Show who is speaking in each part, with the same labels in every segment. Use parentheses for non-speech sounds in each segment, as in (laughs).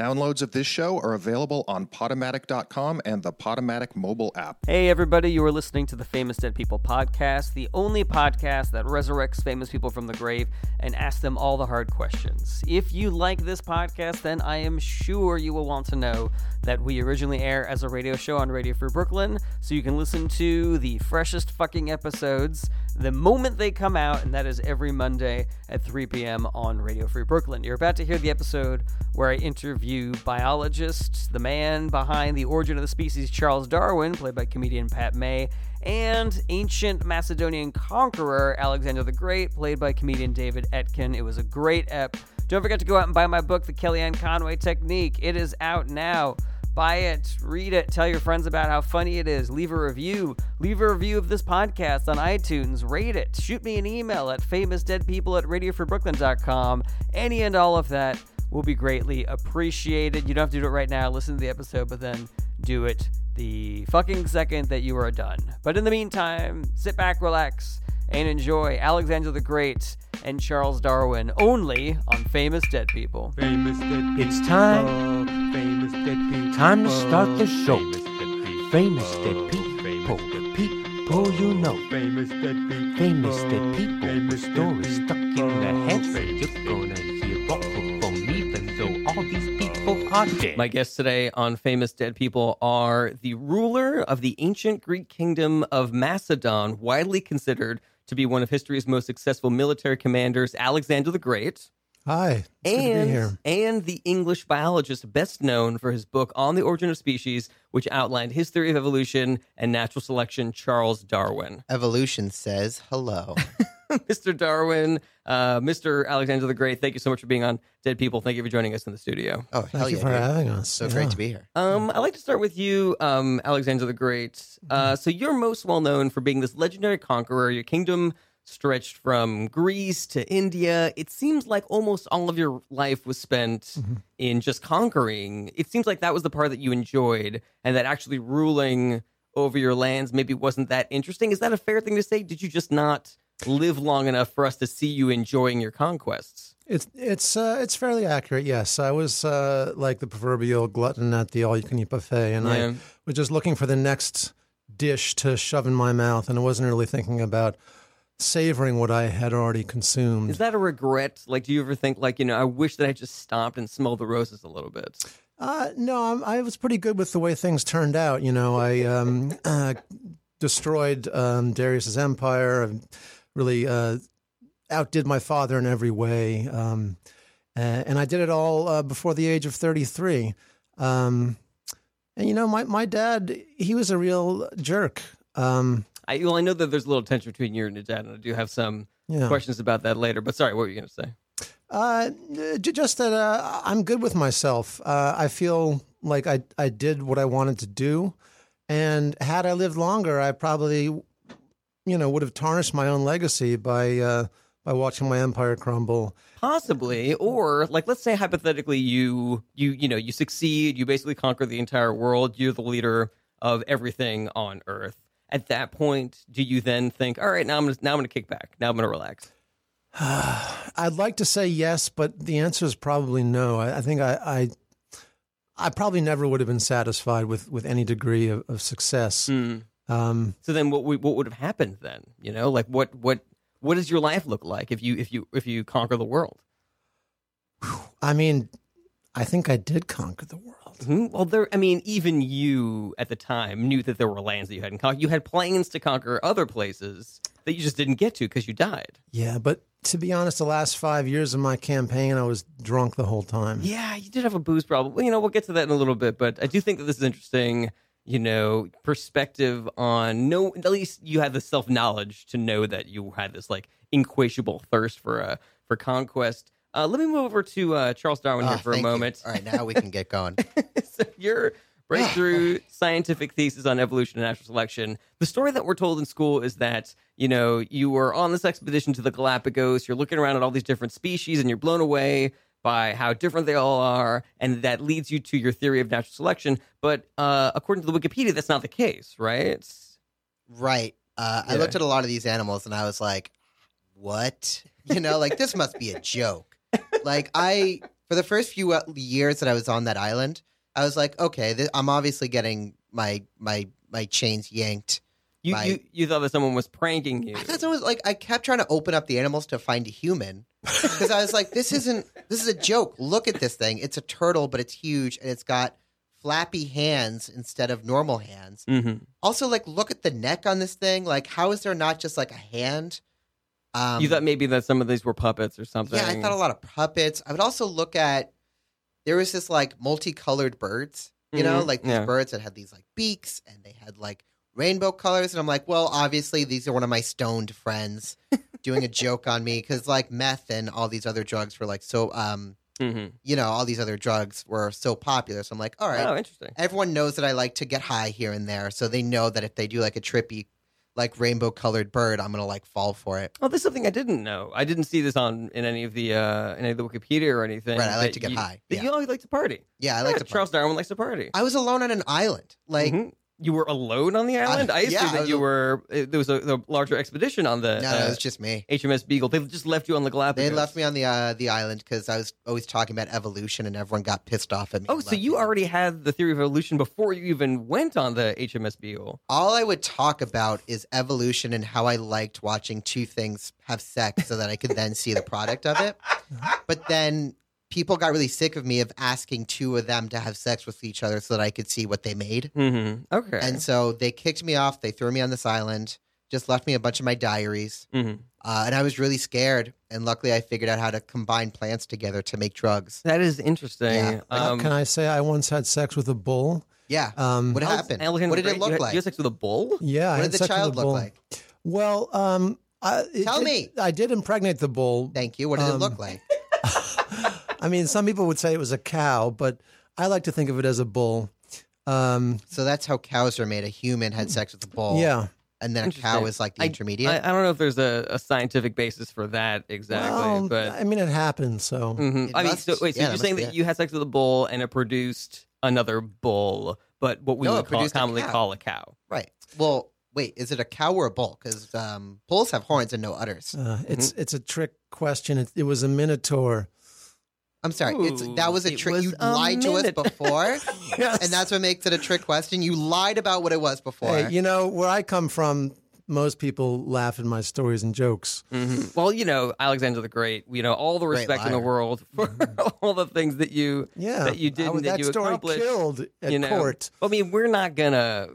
Speaker 1: Downloads of this show are available on Potomatic.com and the Potomatic mobile app.
Speaker 2: Hey, everybody, you are listening to the Famous Dead People podcast, the only podcast that resurrects famous people from the grave and asks them all the hard questions. If you like this podcast, then I am sure you will want to know that we originally air as a radio show on Radio Free Brooklyn, so you can listen to the freshest fucking episodes the moment they come out, and that is every Monday at 3 p.m. on Radio Free Brooklyn. You're about to hear the episode where I interview biologist, the man behind the origin of the species, Charles Darwin, played by comedian Pat May, and ancient Macedonian conqueror Alexander the Great, played by comedian David Etkin. It was a great ep. Don't forget to go out and buy my book, The Kellyanne Conway Technique. It is out now. Buy it, read it, tell your friends about how funny it is, leave a review, leave a review of this podcast on iTunes, rate it, shoot me an email at famousdeadpeople at radioforbrooklyn.com. Any and all of that will be greatly appreciated. You don't have to do it right now, listen to the episode, but then do it the fucking second that you are done. But in the meantime, sit back, relax, and enjoy Alexander the Great and Charles Darwin only on Famous Dead People.
Speaker 3: Famous dead
Speaker 4: It's time.
Speaker 3: people. Famous dead people.
Speaker 4: Time to start the show.
Speaker 3: Famous dead people.
Speaker 4: Famous dead people, people you know.
Speaker 3: Famous dead people.
Speaker 4: Famous dead people,
Speaker 3: Famous dead
Speaker 4: stories stuck in their heads.
Speaker 3: Famous
Speaker 4: You're gonna
Speaker 3: dead
Speaker 4: hear all from me, even though all these people are dead.
Speaker 2: My guests today on Famous Dead People are the ruler of the ancient Greek kingdom of Macedon, widely considered to be one of history's most successful military commanders, Alexander the Great.
Speaker 5: Hi, it's good to be
Speaker 2: and,
Speaker 5: here.
Speaker 2: and the English biologist best known for his book On the Origin of Species, which outlined his theory of evolution and natural selection, Charles Darwin. (laughs)
Speaker 6: Evolution says
Speaker 5: (laughs)
Speaker 6: hello.
Speaker 2: Mr. Darwin, uh, Mr. Alexander the Great, thank you so much for being on Dead People. Thank you for joining us in the studio.
Speaker 6: Oh,
Speaker 5: Thank
Speaker 6: hell
Speaker 5: you
Speaker 6: yeah.
Speaker 5: for
Speaker 6: dude.
Speaker 5: having us.
Speaker 6: So
Speaker 5: Yeah.
Speaker 6: great to be here.
Speaker 2: Um, I'd like to start with you, um, Alexander the Great. Uh, so you're most well known for being this legendary conqueror. Your kingdom stretched from Greece to India. It seems like almost all of your life was spent in just conquering. It seems like that was the part that you enjoyed, and that actually ruling over your lands maybe wasn't that interesting. Is that a fair thing to say? Did you just not live long enough for us to see you enjoying your conquests?
Speaker 5: It's it's uh, it's fairly accurate. Yes, I was uh, like the proverbial glutton at the all-you-can-eat buffet, and
Speaker 2: Yeah.
Speaker 5: I was just looking for the next dish to shove in my mouth, and I wasn't really thinking about savoring what I had already consumed.
Speaker 2: Is that a regret? Like, do you ever think, like, you know, I wish that I just stopped and smelled the roses a little bit?
Speaker 5: Uh, no, I'm, I was pretty good with the way things turned out. You know, I um, uh, destroyed um, Darius's empire. I really uh, outdid my father in every way, um, a- and I did it all uh, before the age of 33. Um, and you know, my my dad, he was a real jerk. Um,
Speaker 2: I well, I know that there's a little tension between you and your dad, and I do have some
Speaker 5: yeah.
Speaker 2: questions about that later. But sorry, what were you going to say?
Speaker 5: Uh, j- just that uh, I'm good with myself. Uh, I feel like I I did what I wanted to do, and had I lived longer, I probably, you know, would have tarnished my own legacy by uh, by watching my empire crumble.
Speaker 2: Possibly, or like, let's say hypothetically, you you you know you succeed, you basically conquer the entire world, you're the leader of everything on Earth. At that point, do you then think, all right, now I'm gonna, now I'm going to kick back, now I'm going to relax?
Speaker 5: I'd like to say yes, but the answer is probably no. I, I think I. I I probably never would have been satisfied with, with any degree of, of success. Um,
Speaker 2: So then, what we, what would have happened then? You know, like what what what does your life look like if you if you if you conquer the world?
Speaker 5: I mean, I think I did conquer the world.
Speaker 2: Hmm? Well, there. I mean, even you at the time knew that there were lands that you hadn't conquered. You had plans to conquer other places that you just didn't get to because you died.
Speaker 5: Yeah, but to be honest, the last five years of my campaign, I was drunk the whole time.
Speaker 2: Yeah, you did have a booze problem. Well, you know, we'll get to that in a little bit, but I do think that this is interesting. You know, perspective on no. At least you had the self knowledge to know that you had this like inquenchable thirst for uh for conquest. Uh, let me move over to uh, Charles Darwin here
Speaker 6: Ah,
Speaker 2: for a
Speaker 6: thank you.
Speaker 2: moment.
Speaker 6: All right, now we can get
Speaker 2: (laughs)
Speaker 6: going.
Speaker 2: so your
Speaker 6: (sighs)
Speaker 2: breakthrough scientific thesis on evolution and natural selection. The story that we're told in school is that, you know, you were on this expedition to the Galapagos, you're looking around at all these different species and you're blown away by how different they all are, and that leads you to your theory of natural selection. But uh, according to the Wikipedia, that's not the case, right?
Speaker 6: right. Uh, I
Speaker 2: Yeah.
Speaker 6: looked at a lot of these animals and I (laughs) was like, what? You know, like this must be a joke. Like I for the first few uh, years that I was on that island, I was like, okay, th- I'm obviously getting my my my chains yanked.
Speaker 2: You,
Speaker 6: My-
Speaker 2: you you thought that someone was pranking you.
Speaker 6: I thought someone was like, I kept trying to open up the animals to find a human because I was like, this isn't this is a joke. Look at this thing. It's a turtle, but it's huge and it's got flappy hands instead of normal hands.
Speaker 2: hmm
Speaker 6: Also, like, look at the neck on this thing. Like, how is there not just like a hand? Um,
Speaker 2: you thought maybe that some of these were puppets or something.
Speaker 6: Yeah, I thought a lot of puppets. I would also look at there was this like multicolored birds, you know,
Speaker 2: Mhm,
Speaker 6: like these
Speaker 2: yeah.
Speaker 6: birds that had these like beaks and they had like rainbow colors. And I'm like, well, obviously these are one of my
Speaker 2: (laughs)
Speaker 6: stoned friends doing a joke on me because like meth and all these other drugs were like so, um,
Speaker 2: Mhm.
Speaker 6: you know, all these other drugs were so popular. So I'm like, all right,
Speaker 2: Oh, interesting.
Speaker 6: everyone knows that I like to get high here and there, so they know that if they do like a trippy, like rainbow colored bird, I'm gonna like fall for it.
Speaker 2: Oh, this is something I didn't know. I didn't see this on in any of the uh, in any of the Wikipedia or anything.
Speaker 6: Right, I like
Speaker 2: that
Speaker 6: to get
Speaker 2: you-
Speaker 6: high.
Speaker 2: that
Speaker 6: Yeah.
Speaker 2: You always like to party.
Speaker 6: Yeah, I like
Speaker 2: Yeah,
Speaker 6: to.
Speaker 2: Charles Darwin likes to party.
Speaker 6: I was alone on an island, like.
Speaker 2: Mhm. You were alone on the island. I, assumed
Speaker 6: yeah, I
Speaker 2: that
Speaker 6: was
Speaker 2: you
Speaker 6: al-
Speaker 2: were. uh, There was a, the larger expedition on the
Speaker 6: No,
Speaker 2: uh,
Speaker 6: no, it was just me.
Speaker 2: HMS Beagle. They just left you on the Galapagos.
Speaker 6: They left me on the uh, the island because I was always talking about evolution, and everyone got pissed off at me.
Speaker 2: Oh,
Speaker 6: and
Speaker 2: so
Speaker 6: left
Speaker 2: you
Speaker 6: me.
Speaker 2: already had the theory of evolution before you even went on the HMS Beagle.
Speaker 6: All I would talk about is evolution and how I liked watching two things have sex, so that I could then see the product of
Speaker 2: (laughs)
Speaker 6: it. But then people got really sick of me of asking two of them to have sex with each other, so that I could see what they made.
Speaker 2: Mm-hmm. Okay.
Speaker 6: And so they kicked me off. They threw me on this island. Just left me a bunch of my diaries,
Speaker 2: Mhm.
Speaker 6: uh, and I was really scared. And luckily, I figured out how to combine plants together to make drugs.
Speaker 2: That is interesting.
Speaker 6: Yeah.
Speaker 2: Um,
Speaker 5: Uh, Can I say I once had sex with a bull?
Speaker 6: Yeah.
Speaker 5: Um,
Speaker 6: What
Speaker 2: Alex-
Speaker 6: happened?
Speaker 2: Alexander
Speaker 6: What did
Speaker 2: Graham-
Speaker 6: it
Speaker 2: you
Speaker 6: look
Speaker 2: had-
Speaker 6: like?
Speaker 2: You had sex with a bull?
Speaker 5: yeah, I
Speaker 6: What
Speaker 5: had
Speaker 6: did the
Speaker 5: sex with
Speaker 6: child
Speaker 5: a
Speaker 6: look
Speaker 5: bull.
Speaker 6: like?
Speaker 5: Well, um, I, it
Speaker 6: Tell
Speaker 5: did-
Speaker 6: me.
Speaker 5: I did impregnate the bull.
Speaker 6: Thank you. What did it
Speaker 5: Um,
Speaker 6: look like?
Speaker 5: (laughs) I mean, some people would say it was a cow, but I like to think of it as a bull. Um,
Speaker 6: So that's how cows are made. A human had sex with a bull.
Speaker 5: Yeah.
Speaker 6: And then a cow
Speaker 2: Interesting.
Speaker 6: is like the
Speaker 2: I-
Speaker 6: intermediate.
Speaker 2: I, I don't know if there's a, a scientific basis for that exactly,
Speaker 5: Well,
Speaker 2: but
Speaker 5: I mean, it happened. So
Speaker 2: Mhm.
Speaker 6: It
Speaker 2: I mean,
Speaker 6: must-
Speaker 2: so wait, so
Speaker 6: yeah,
Speaker 2: you're
Speaker 6: that
Speaker 2: saying
Speaker 6: must be
Speaker 2: that
Speaker 6: it.
Speaker 2: you had sex with a bull and it produced another bull, but what we
Speaker 6: No,
Speaker 2: would
Speaker 6: it
Speaker 2: call,
Speaker 6: produced a
Speaker 2: commonly
Speaker 6: cow.
Speaker 2: call a cow.
Speaker 6: right. Well, wait, is it a cow or a bull? Because um, bulls have horns and no udders.
Speaker 5: uh,
Speaker 6: Mm-hmm.
Speaker 5: it's it's a trick question. It, it was a minotaur.
Speaker 6: I'm sorry. It's
Speaker 2: Ooh,
Speaker 6: That was a
Speaker 2: it
Speaker 6: trick.
Speaker 2: was
Speaker 6: you
Speaker 2: a
Speaker 6: lied to us
Speaker 2: minute. (laughs)
Speaker 6: before.
Speaker 5: Yes.
Speaker 6: And that's what makes it a trick question. You lied about what it was before.
Speaker 5: Hey, you know where I come from. Most people laugh at my stories and jokes.
Speaker 6: (laughs)
Speaker 2: Mhm. Well, you know, Alexander the Great, you know, all the
Speaker 6: Great
Speaker 2: respect in the
Speaker 6: liar. Mm-hmm.
Speaker 2: world for (laughs) all the things that you
Speaker 5: Yeah,
Speaker 2: that you did
Speaker 5: I was-
Speaker 2: and that
Speaker 5: that
Speaker 2: you
Speaker 5: story
Speaker 2: accomplished.
Speaker 5: killed at
Speaker 2: you know, (laughs)
Speaker 5: court.
Speaker 2: I mean, we're not gonna,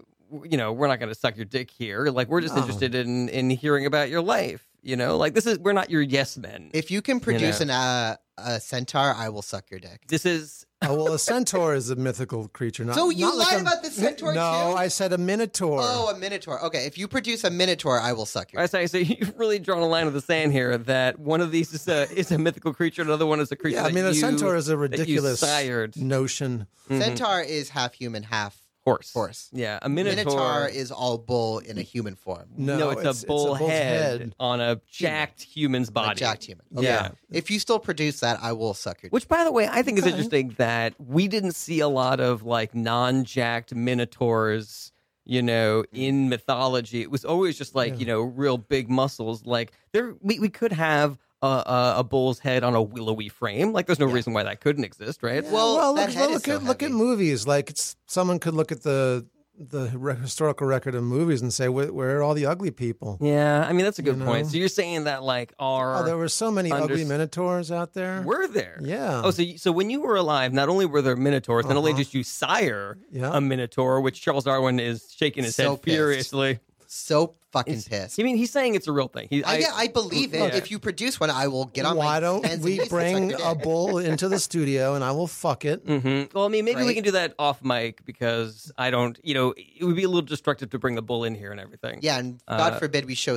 Speaker 2: you know, we're not gonna suck your dick here. Like, we're just
Speaker 5: No.
Speaker 2: interested in in hearing about your life. You know, like this is we're not your yes men.
Speaker 6: If you can produce an uh, a centaur, I will suck your dick.
Speaker 2: this is
Speaker 5: Oh, well, a centaur is a mythical creature. Not,
Speaker 6: So you
Speaker 5: not like
Speaker 6: lied
Speaker 5: a-
Speaker 6: about the centaur
Speaker 5: No,
Speaker 6: too?
Speaker 5: I said a minotaur.
Speaker 6: Oh, a minotaur. Okay, if you produce a minotaur, I will suck your
Speaker 2: I
Speaker 6: dick.
Speaker 2: say so. (laughs) You've really drawn a line in the sand here. That one of these is a is a mythical creature. Another one is a creature.
Speaker 5: yeah, I
Speaker 2: that
Speaker 5: mean, a
Speaker 2: you-
Speaker 5: centaur is a
Speaker 2: that you
Speaker 5: ridiculous
Speaker 2: sired
Speaker 5: notion.
Speaker 2: Mhm.
Speaker 6: Centaur is half human, half
Speaker 2: horse.
Speaker 6: horse.
Speaker 2: Yeah, a
Speaker 6: Minotaur,
Speaker 2: minotaur.
Speaker 6: is all bull in a human form.
Speaker 5: No,
Speaker 2: it's, a bull
Speaker 5: bull's
Speaker 2: head, on a jacked human's
Speaker 6: a
Speaker 2: body.
Speaker 6: jacked human.
Speaker 2: Yeah.
Speaker 6: If you still produce that, I will suck your dick.
Speaker 2: Which, by the way, I think is interesting that we didn't see a lot of like non-jacked minotaurs, you know, in mythology. It was always just like
Speaker 5: Yeah.
Speaker 2: you know, real big muscles. Like there, we, we could have a, a, a bull's head on a willowy frame. Like there's no reason why that couldn't exist, right?
Speaker 6: Well,
Speaker 5: well,
Speaker 6: that
Speaker 5: look,
Speaker 6: head
Speaker 5: look
Speaker 6: is so
Speaker 5: at look at
Speaker 6: heavy.
Speaker 5: movies. Like it's, someone could look at the the re- historical record of movies and say, where, where are all the ugly people?
Speaker 2: Yeah, I mean that's a good
Speaker 5: You
Speaker 2: point.
Speaker 5: know?
Speaker 2: So you're saying that like
Speaker 5: Oh,
Speaker 2: our
Speaker 5: there were so many
Speaker 2: Under-
Speaker 5: ugly minotaurs out there.
Speaker 2: were there?
Speaker 5: yeah.
Speaker 2: Oh, so you, so when you were alive, not only were there minotaurs, not only
Speaker 5: Uh-huh.
Speaker 2: did you sire
Speaker 5: Yeah.
Speaker 2: a minotaur, which Charles Darwin is shaking his
Speaker 6: So
Speaker 2: head
Speaker 6: pissed.
Speaker 2: furiously.
Speaker 6: So fucking
Speaker 2: It's-
Speaker 6: pissed.
Speaker 2: I mean, he's saying it's a real thing. He,
Speaker 6: I, yeah, I believe it.
Speaker 2: Yeah.
Speaker 6: If you produce one, I will get on
Speaker 5: Why
Speaker 6: my
Speaker 5: don't
Speaker 6: hands and
Speaker 5: we
Speaker 6: knees and
Speaker 5: bring
Speaker 6: suck your
Speaker 5: a
Speaker 6: dick. (laughs)
Speaker 5: bull into the studio and I will fuck it?
Speaker 2: Mhm. Well, I mean, maybe we
Speaker 6: Right.
Speaker 2: can do that off mic because I don't, you know, it would be a little destructive to bring the bull in here and everything.
Speaker 6: Yeah, and
Speaker 2: Uh,
Speaker 6: God forbid we show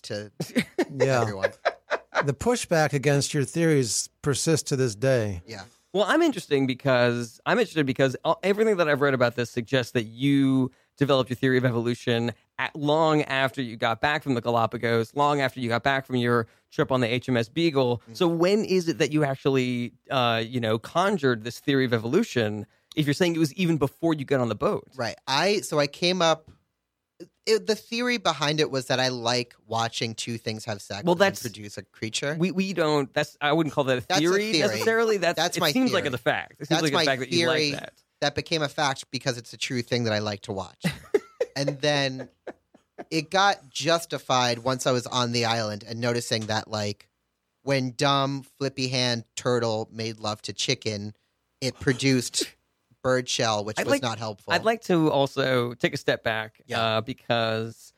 Speaker 2: (laughs)
Speaker 6: to
Speaker 5: Yeah.
Speaker 6: everyone.
Speaker 5: the pushback against your theories persists to this day.
Speaker 6: Yeah.
Speaker 2: Well, I'm interesting because I'm interested because all- everything that I've read about this suggests that you developed your theory of evolution at, long after you got back from the Galapagos, long after you got back from your trip on the HMS Beagle.
Speaker 6: Mm.
Speaker 2: So when is it that you actually, uh, you know, conjured this theory of evolution? If you're saying it was even before you got on the boat,
Speaker 6: Right. I so I came up it, the theory behind it was that I like watching two things have sex.
Speaker 2: Well,
Speaker 6: and then
Speaker 2: that's-
Speaker 6: produce a creature.
Speaker 2: We we don't. That's I wouldn't call that a
Speaker 6: That's a
Speaker 2: theory,
Speaker 6: theory.
Speaker 2: necessarily. That's,
Speaker 6: That's
Speaker 2: it
Speaker 6: my
Speaker 2: seems like
Speaker 6: theory.
Speaker 2: it's a fact. It seems
Speaker 6: That's
Speaker 2: like
Speaker 6: my
Speaker 2: a fact that you
Speaker 6: theory.
Speaker 2: like that.
Speaker 6: that became a fact because it's a true thing that I like
Speaker 2: (laughs)
Speaker 6: to watch. and then it got justified once I was on the island and noticing that, like, when dumb, flippy hand turtle made love to chicken,
Speaker 2: (laughs)
Speaker 6: it produced bird shell, which
Speaker 2: I'd
Speaker 6: was
Speaker 2: like-
Speaker 6: not helpful.
Speaker 2: I'd like to also take a step back
Speaker 6: Yeah.
Speaker 2: uh, because,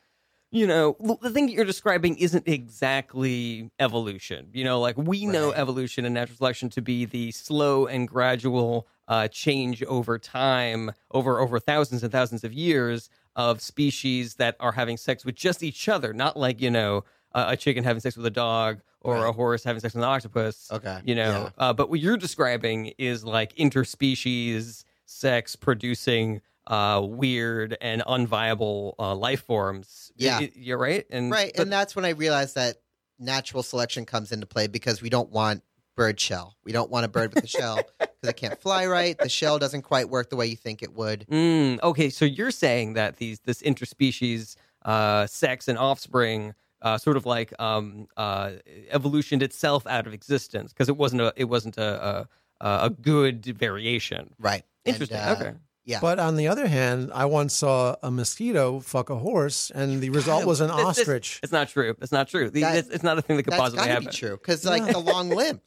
Speaker 2: you know, l- the thing that you're describing isn't exactly evolution. You know, like we know
Speaker 6: Right.
Speaker 2: evolution and natural selection to be the slow and gradual uh, change over time, over over thousands and thousands of years of species that are having sex with just each other, not like you know uh, a chicken having sex with a dog or
Speaker 6: Right.
Speaker 2: a horse having sex with an octopus
Speaker 6: okay.
Speaker 2: you know
Speaker 6: Yeah.
Speaker 2: uh, but what you're describing is like interspecies sex producing uh, weird and unviable uh, life forms Y-
Speaker 6: Yeah.
Speaker 2: y- you're right and
Speaker 6: Right.
Speaker 2: Mm, but-
Speaker 6: and that's when I realized that natural selection comes into play because we don't want bird shell. We don't want a bird with a
Speaker 2: (laughs)
Speaker 6: shell because it can't fly right. The shell doesn't quite work the way you think it would.
Speaker 2: Mm, okay so you're saying that these this interspecies uh, sex and offspring uh, sort of like um, uh, evolutioned itself out of existence because it wasn't a it wasn't a, a a good variation
Speaker 6: Right. And,
Speaker 2: interesting
Speaker 6: uh,
Speaker 2: okay
Speaker 6: Yeah.
Speaker 5: But on the other hand, I once saw a mosquito fuck a horse, and the result was
Speaker 6: (laughs)
Speaker 5: an
Speaker 2: This- this-
Speaker 5: ostrich.
Speaker 2: it's not true it's not true The-
Speaker 6: That-
Speaker 2: it's, it's not a thing that could
Speaker 6: That's
Speaker 2: possibly
Speaker 6: gotta be
Speaker 2: happen
Speaker 6: true because like the long limbs.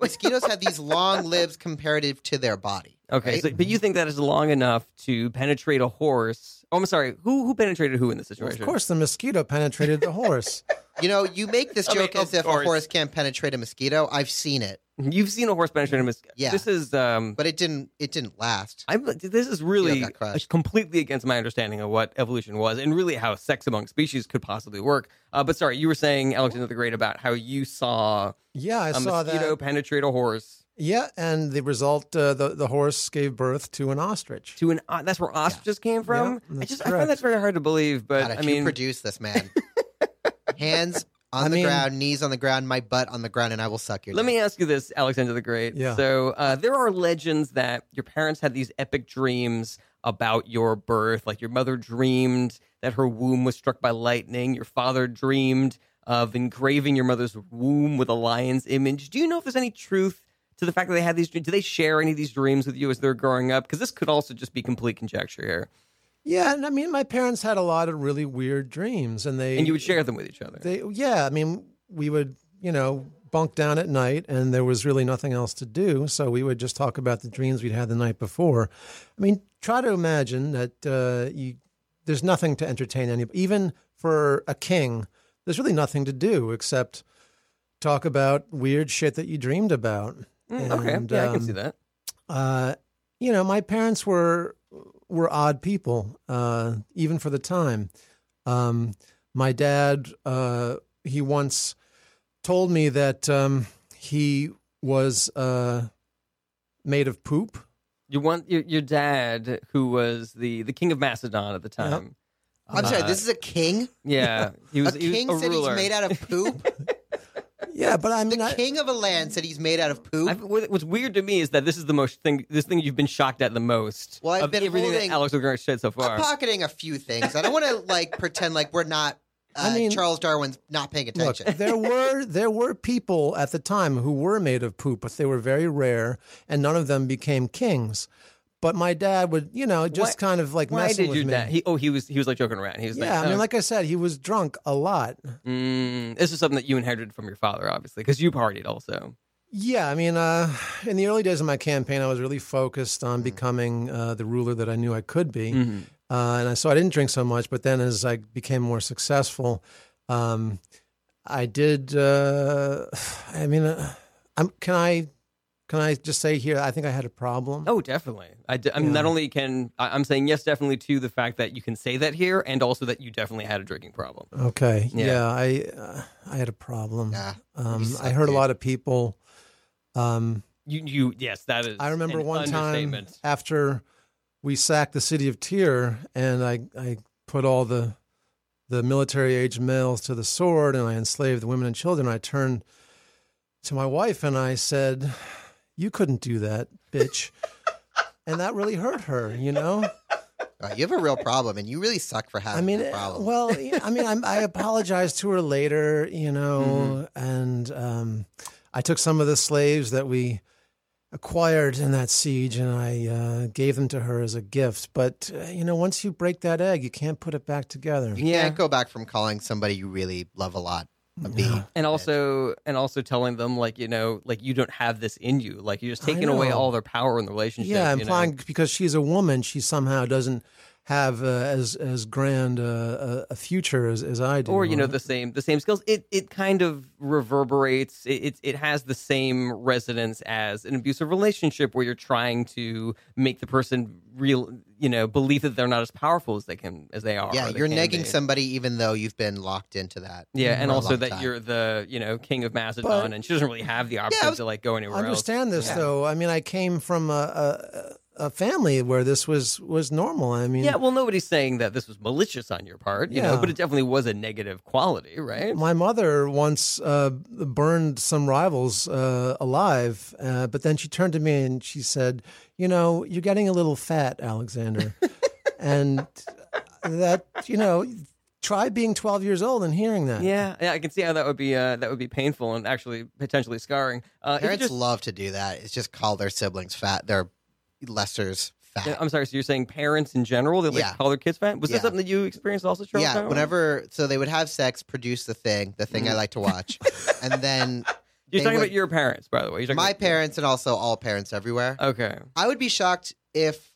Speaker 6: Mosquitoes have these long limbs comparative to their body.
Speaker 2: Okay,
Speaker 6: right?
Speaker 2: so, but you think that is long enough to penetrate a horse? Oh, I'm sorry. Who who penetrated who in this
Speaker 5: Well, of
Speaker 2: situation?
Speaker 5: course, the mosquito penetrated the
Speaker 6: (laughs)
Speaker 5: horse.
Speaker 6: you know, you make this
Speaker 2: I mean,
Speaker 6: joke
Speaker 2: of
Speaker 6: as if
Speaker 2: course.
Speaker 6: a horse can't penetrate a mosquito. I've seen it,
Speaker 2: you've seen a horse penetrate a mosquito.
Speaker 6: Yeah.
Speaker 2: this is um.
Speaker 6: but it didn't. It didn't last.
Speaker 2: I this is really
Speaker 6: got crushed.
Speaker 2: completely against my understanding of what evolution was and really how sex among species could possibly work. Uh, but sorry, you were saying Alexander the Great about how you saw um,
Speaker 5: Yeah, I
Speaker 2: a
Speaker 5: saw
Speaker 2: mosquito
Speaker 5: that.
Speaker 2: penetrate a horse
Speaker 5: Yeah, and the result, uh, the the horse gave birth to an ostrich.
Speaker 2: to an. o that's where ostriches came from. I
Speaker 5: that's
Speaker 2: just I
Speaker 5: correct.
Speaker 2: find that very hard to believe. But
Speaker 6: God, if
Speaker 2: I
Speaker 6: you
Speaker 2: mean,
Speaker 6: produce this
Speaker 2: (laughs)
Speaker 6: man, hands on
Speaker 5: I
Speaker 6: the
Speaker 5: mean-
Speaker 6: ground, knees on the ground, my butt on the ground, and I will suck your.
Speaker 2: Let
Speaker 6: dick.
Speaker 2: me ask you this, Alexander the Great.
Speaker 5: Yeah.
Speaker 2: So uh, there are legends that your parents had these epic dreams about your birth. Like your mother dreamed that her womb was struck by lightning. Your father dreamed of engraving your mother's womb with a lion's image. Do you know if there's any truth to the fact that they had these dreams? Do they share any of these dreams with you as they're growing up? Because this could also just be complete conjecture here.
Speaker 5: Yeah, and I mean, my parents had a lot of really weird dreams, and they
Speaker 2: And you would share them with each other.
Speaker 5: They, yeah, I mean, we would, you know, bunk down at night, and there was really nothing else to do, so we would just talk about the dreams we'd had the night before. I mean, try to imagine that uh, you, there's nothing to entertain anybody, even for a king. There's really nothing to do except talk about weird shit that you dreamed about.
Speaker 2: Mm, okay.
Speaker 5: And,
Speaker 2: yeah, I can
Speaker 5: um,
Speaker 2: see that.
Speaker 5: Uh, you know, my parents were were odd people, uh, even for the time. Um, my dad, uh, he once told me that um, he was uh, made of poop.
Speaker 2: You want your, your dad, who was the, the king of Macedon at the
Speaker 5: Yeah.
Speaker 2: time.
Speaker 6: I'm sorry.
Speaker 2: uh,
Speaker 6: This is a king.
Speaker 2: Yeah, he was
Speaker 6: a
Speaker 2: he was
Speaker 6: king
Speaker 2: a
Speaker 6: said
Speaker 2: ruler.
Speaker 6: he's made out of poop.
Speaker 2: (laughs)
Speaker 5: Yeah, but I mean,
Speaker 6: the
Speaker 5: I-
Speaker 6: king of a land said he's made out of
Speaker 2: I-
Speaker 6: poop.
Speaker 2: what- what's weird to me is that this is the most thing. This thing you've been shocked at the most.
Speaker 6: Well, I've
Speaker 2: of
Speaker 6: been
Speaker 2: everything
Speaker 6: holding-
Speaker 2: that Alex O'Gara said so far.
Speaker 6: I'm pocketing a few things. I don't want to like pretend like we're not. Uh,
Speaker 5: I mean-
Speaker 6: Charles Darwin's not paying
Speaker 2: (laughs)
Speaker 5: Look,
Speaker 6: attention.
Speaker 5: there were there were people at the time who were made of poop, but they were very rare, and none of them became kings. But my dad would, you know, just
Speaker 2: Why-
Speaker 5: kind of like
Speaker 2: Why
Speaker 5: messing
Speaker 2: did
Speaker 5: with
Speaker 2: your
Speaker 5: me.
Speaker 2: dad? He, oh, he was he was like joking around. He was
Speaker 5: yeah,
Speaker 2: like,
Speaker 5: I mean,
Speaker 2: oh,
Speaker 5: like I said, he was drunk a lot.
Speaker 2: mm, this is something that you inherited from your father, obviously, because you partied also.
Speaker 5: Yeah, I mean, uh, in the early days of my campaign, I was really focused
Speaker 6: Mm.
Speaker 5: on becoming uh, the ruler that I knew I could be,
Speaker 2: Mm-hmm.
Speaker 5: uh, and I, so I didn't drink so much. But then, as I became more successful, um, I did. Uh, I mean, uh, I'm, can I can I just say here? I think I had a problem.
Speaker 2: Oh, definitely. I d- I'm
Speaker 5: Yeah.
Speaker 2: not only can I, I'm saying yes, definitely to the fact that you can say that here, and also that you definitely had a drinking problem.
Speaker 5: Okay.
Speaker 2: Yeah.
Speaker 5: Yeah, I uh, I had a problem.
Speaker 6: Nah,
Speaker 5: um,
Speaker 6: suck,
Speaker 5: I heard a
Speaker 6: dude.
Speaker 5: lot of people. Um,
Speaker 2: You you yes, that is.
Speaker 5: I remember
Speaker 2: an
Speaker 5: one time
Speaker 2: understatement.
Speaker 5: after we sacked the city of Tyre, and I, I put all the the military aged males to the sword, and I enslaved the women and children. I turned to my wife and I said, "You couldn't do that, bitch," and that really hurt her, you know.
Speaker 6: Uh, you have a real problem, and you really suck for
Speaker 5: I
Speaker 6: having
Speaker 5: mean,
Speaker 6: a
Speaker 5: uh,
Speaker 6: problem.
Speaker 5: well,
Speaker 2: (laughs)
Speaker 5: yeah, I mean, I'm, I apologized to her later, you know,
Speaker 2: Mm-hmm.
Speaker 5: and um, I took some of the slaves that we acquired in that siege and I uh, gave them to her as a gift. But, uh, you know, once you break that egg, you can't put it back together.
Speaker 6: you can't go back from calling somebody you really love a lot a bee.
Speaker 2: and also and also telling them like you know like you don't have this in you like you're just
Speaker 5: I
Speaker 2: taking away
Speaker 5: know.
Speaker 2: all their power in the relationship
Speaker 5: Yeah,
Speaker 2: you know?
Speaker 5: implying because she's a woman, she somehow doesn't have uh, as as grand uh, a, a future as, as I do.
Speaker 2: or you know the same the same skills it it kind of reverberates it, it it has the same resonance as an abusive relationship where you're trying to make the person real you know believe that they're not as powerful as they can as they are
Speaker 6: Yeah,
Speaker 2: or they
Speaker 6: you're
Speaker 2: can
Speaker 6: negging
Speaker 2: be.
Speaker 6: somebody even though you've been locked into that.
Speaker 2: yeah and
Speaker 6: for a
Speaker 2: also
Speaker 6: long
Speaker 2: that
Speaker 6: time.
Speaker 2: you're the you know king of macedon
Speaker 5: But-
Speaker 2: and she doesn't really have the option
Speaker 6: I was-
Speaker 2: to like go anywhere
Speaker 5: I
Speaker 2: else
Speaker 5: understand this though. I mean, I came from a, a a family where this was was normal. I mean,
Speaker 2: yeah, well, nobody's saying that this was malicious on your part, you know,
Speaker 5: Yeah.
Speaker 2: but it definitely was a negative quality, right?
Speaker 5: my mother once uh, burned some rivals uh, alive, uh, but then she turned to me and she said, "You know, you're getting a little fat,
Speaker 2: (laughs)
Speaker 5: Alexander," and that you know, try being 12 years old and hearing that.
Speaker 2: Yeah, yeah, I can see how that would be uh, that would be painful and actually potentially scarring. Uh, if you
Speaker 6: Parents
Speaker 2: just-
Speaker 6: love to do that. It's just call their siblings fat. Their lessers fat.
Speaker 2: uh, I'm sorry, so you're saying parents in general that like
Speaker 6: Yeah.
Speaker 2: call their kids fat? Was
Speaker 6: Yeah.
Speaker 2: this something that you experienced also, Charles?
Speaker 6: yeah, whenever so they would have sex, produce the thing, the
Speaker 2: Mm-hmm.
Speaker 6: thing I like to watch, and
Speaker 2: (laughs)
Speaker 6: then
Speaker 2: you're
Speaker 6: they
Speaker 2: talking
Speaker 6: would-
Speaker 2: about your parents, by the way. You're talking
Speaker 6: my
Speaker 2: about-
Speaker 6: parents and also all parents everywhere.
Speaker 2: Okay,
Speaker 6: I would be shocked if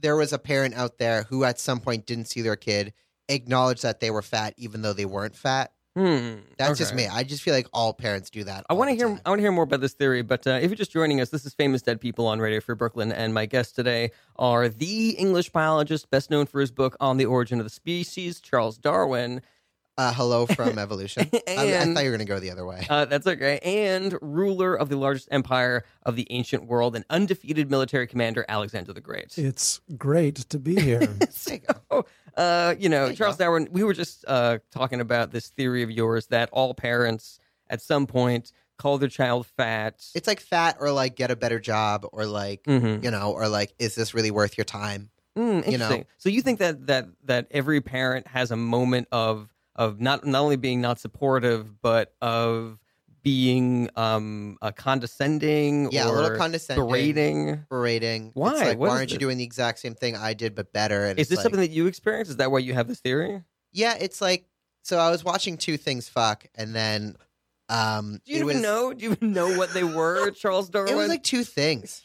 Speaker 6: there was a parent out there who at some point didn't see their kid acknowledge that they were fat, even though they weren't fat.
Speaker 2: hmm.
Speaker 6: That's just
Speaker 2: okay.
Speaker 6: me. I just feel like all parents do that.
Speaker 2: I
Speaker 6: all
Speaker 2: want to
Speaker 6: the
Speaker 2: hear.
Speaker 6: time.
Speaker 2: I want to hear more about this theory. But uh, if you're just joining us, this is Famous Dead People on Radio Free Brooklyn, and my guests today are the English biologist best known for his book on the origin of the species, Charles Darwin.
Speaker 6: Uh, hello
Speaker 2: (laughs)
Speaker 6: from evolution. I, I
Speaker 2: And-
Speaker 6: thought you were going to go the other way.
Speaker 2: Uh, that's okay. And ruler of the largest empire of the ancient world and undefeated military commander Alexander the Great. (laughs)
Speaker 5: It's great to be here.
Speaker 6: There you go.
Speaker 2: Uh, you know,
Speaker 6: you
Speaker 2: Charles Darwin, we were just uh, talking about this theory of yours that all parents at some point call their child fat.
Speaker 6: It's like fat, or like get a better job, or like
Speaker 2: Mhm.
Speaker 6: you know, or like is this really worth your time?
Speaker 2: Mm,
Speaker 6: you
Speaker 2: interesting.
Speaker 6: know.
Speaker 2: So you think that that that every parent has a moment of of not not only being not supportive, but of being um uh, condescending
Speaker 6: Yeah, a
Speaker 2: or
Speaker 6: little condescending,
Speaker 2: berating.
Speaker 6: berating. It's
Speaker 2: Why?
Speaker 6: like,
Speaker 2: What
Speaker 6: why
Speaker 2: is
Speaker 6: aren't you
Speaker 2: this?
Speaker 6: doing the exact same thing I did but better? And
Speaker 2: Is
Speaker 6: it's
Speaker 2: this
Speaker 6: like-
Speaker 2: something that you experience? Is that why you have this theory?
Speaker 6: Yeah, it's like so. I was watching two things fuck, and then um,
Speaker 2: Do you
Speaker 6: it
Speaker 2: even
Speaker 6: was,
Speaker 2: know? Do you even know
Speaker 6: (laughs)
Speaker 2: what they were, Charles Darwin?
Speaker 6: It was like two things.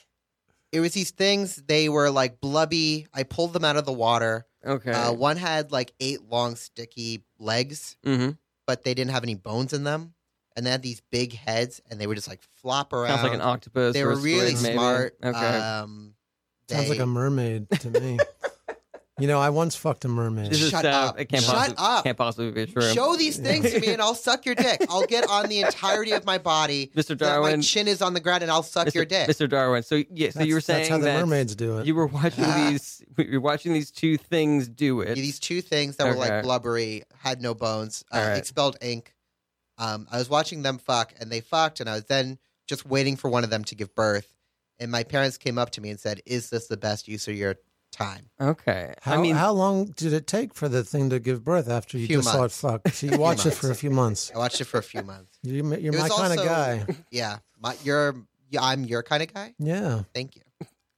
Speaker 6: It was these things. They were like blubby. I pulled them out of the water.
Speaker 2: okay.
Speaker 6: Uh, one had like eight long sticky legs,
Speaker 2: mm-hmm.
Speaker 6: but they didn't have any bones in them, and they had these big heads, and they would just like flop around.
Speaker 2: Sounds like an octopus.
Speaker 6: they
Speaker 2: or a
Speaker 6: were really
Speaker 2: squid, maybe.
Speaker 6: smart.
Speaker 2: Okay.
Speaker 6: Um,
Speaker 5: Sounds like
Speaker 6: they-
Speaker 5: a mermaid to me.
Speaker 2: (laughs)
Speaker 5: you know, I once fucked a mermaid.
Speaker 2: this is
Speaker 6: Shut
Speaker 2: uh,
Speaker 6: up.
Speaker 2: It can't
Speaker 6: Shut
Speaker 2: possibly,
Speaker 6: up.
Speaker 2: Can't possibly be true.
Speaker 6: Show these things to me
Speaker 2: (laughs)
Speaker 6: and I'll suck your dick. I'll get on the entirety of my body.
Speaker 2: Mr.
Speaker 6: so
Speaker 2: (laughs)
Speaker 6: that
Speaker 2: Darwin.
Speaker 6: my chin is on the ground and I'll suck
Speaker 2: Mr.
Speaker 6: your dick.
Speaker 2: Mr. Darwin. So yeah. So you were
Speaker 5: That's-
Speaker 2: saying
Speaker 5: that's how the
Speaker 2: that
Speaker 5: mermaids do it.
Speaker 2: You were
Speaker 6: (laughs)
Speaker 2: watching these. You're watching these two things do it.
Speaker 6: Yeah, these two things that were
Speaker 2: Okay.
Speaker 6: like blubbery, had no bones, uh,
Speaker 2: All right.
Speaker 6: expelled ink. Um, I was watching them fuck, and they fucked, and I was then just waiting for one of them to give birth. And my parents came up to me and said, "Is this the best use of your time?"
Speaker 2: okay.
Speaker 5: How,
Speaker 2: I mean,
Speaker 5: how long did it take for the thing to give birth after you
Speaker 6: Few
Speaker 5: just
Speaker 6: months.
Speaker 5: saw it
Speaker 2: (laughs)
Speaker 5: fuck? So you watched it for a few months.
Speaker 6: I watched it for a few months.
Speaker 5: You, you're
Speaker 6: It
Speaker 5: my
Speaker 6: was
Speaker 5: kind
Speaker 6: also-
Speaker 5: of guy.
Speaker 6: Yeah, my, you're. Yeah, I'm your kind of guy.
Speaker 5: Yeah.
Speaker 6: Thank you.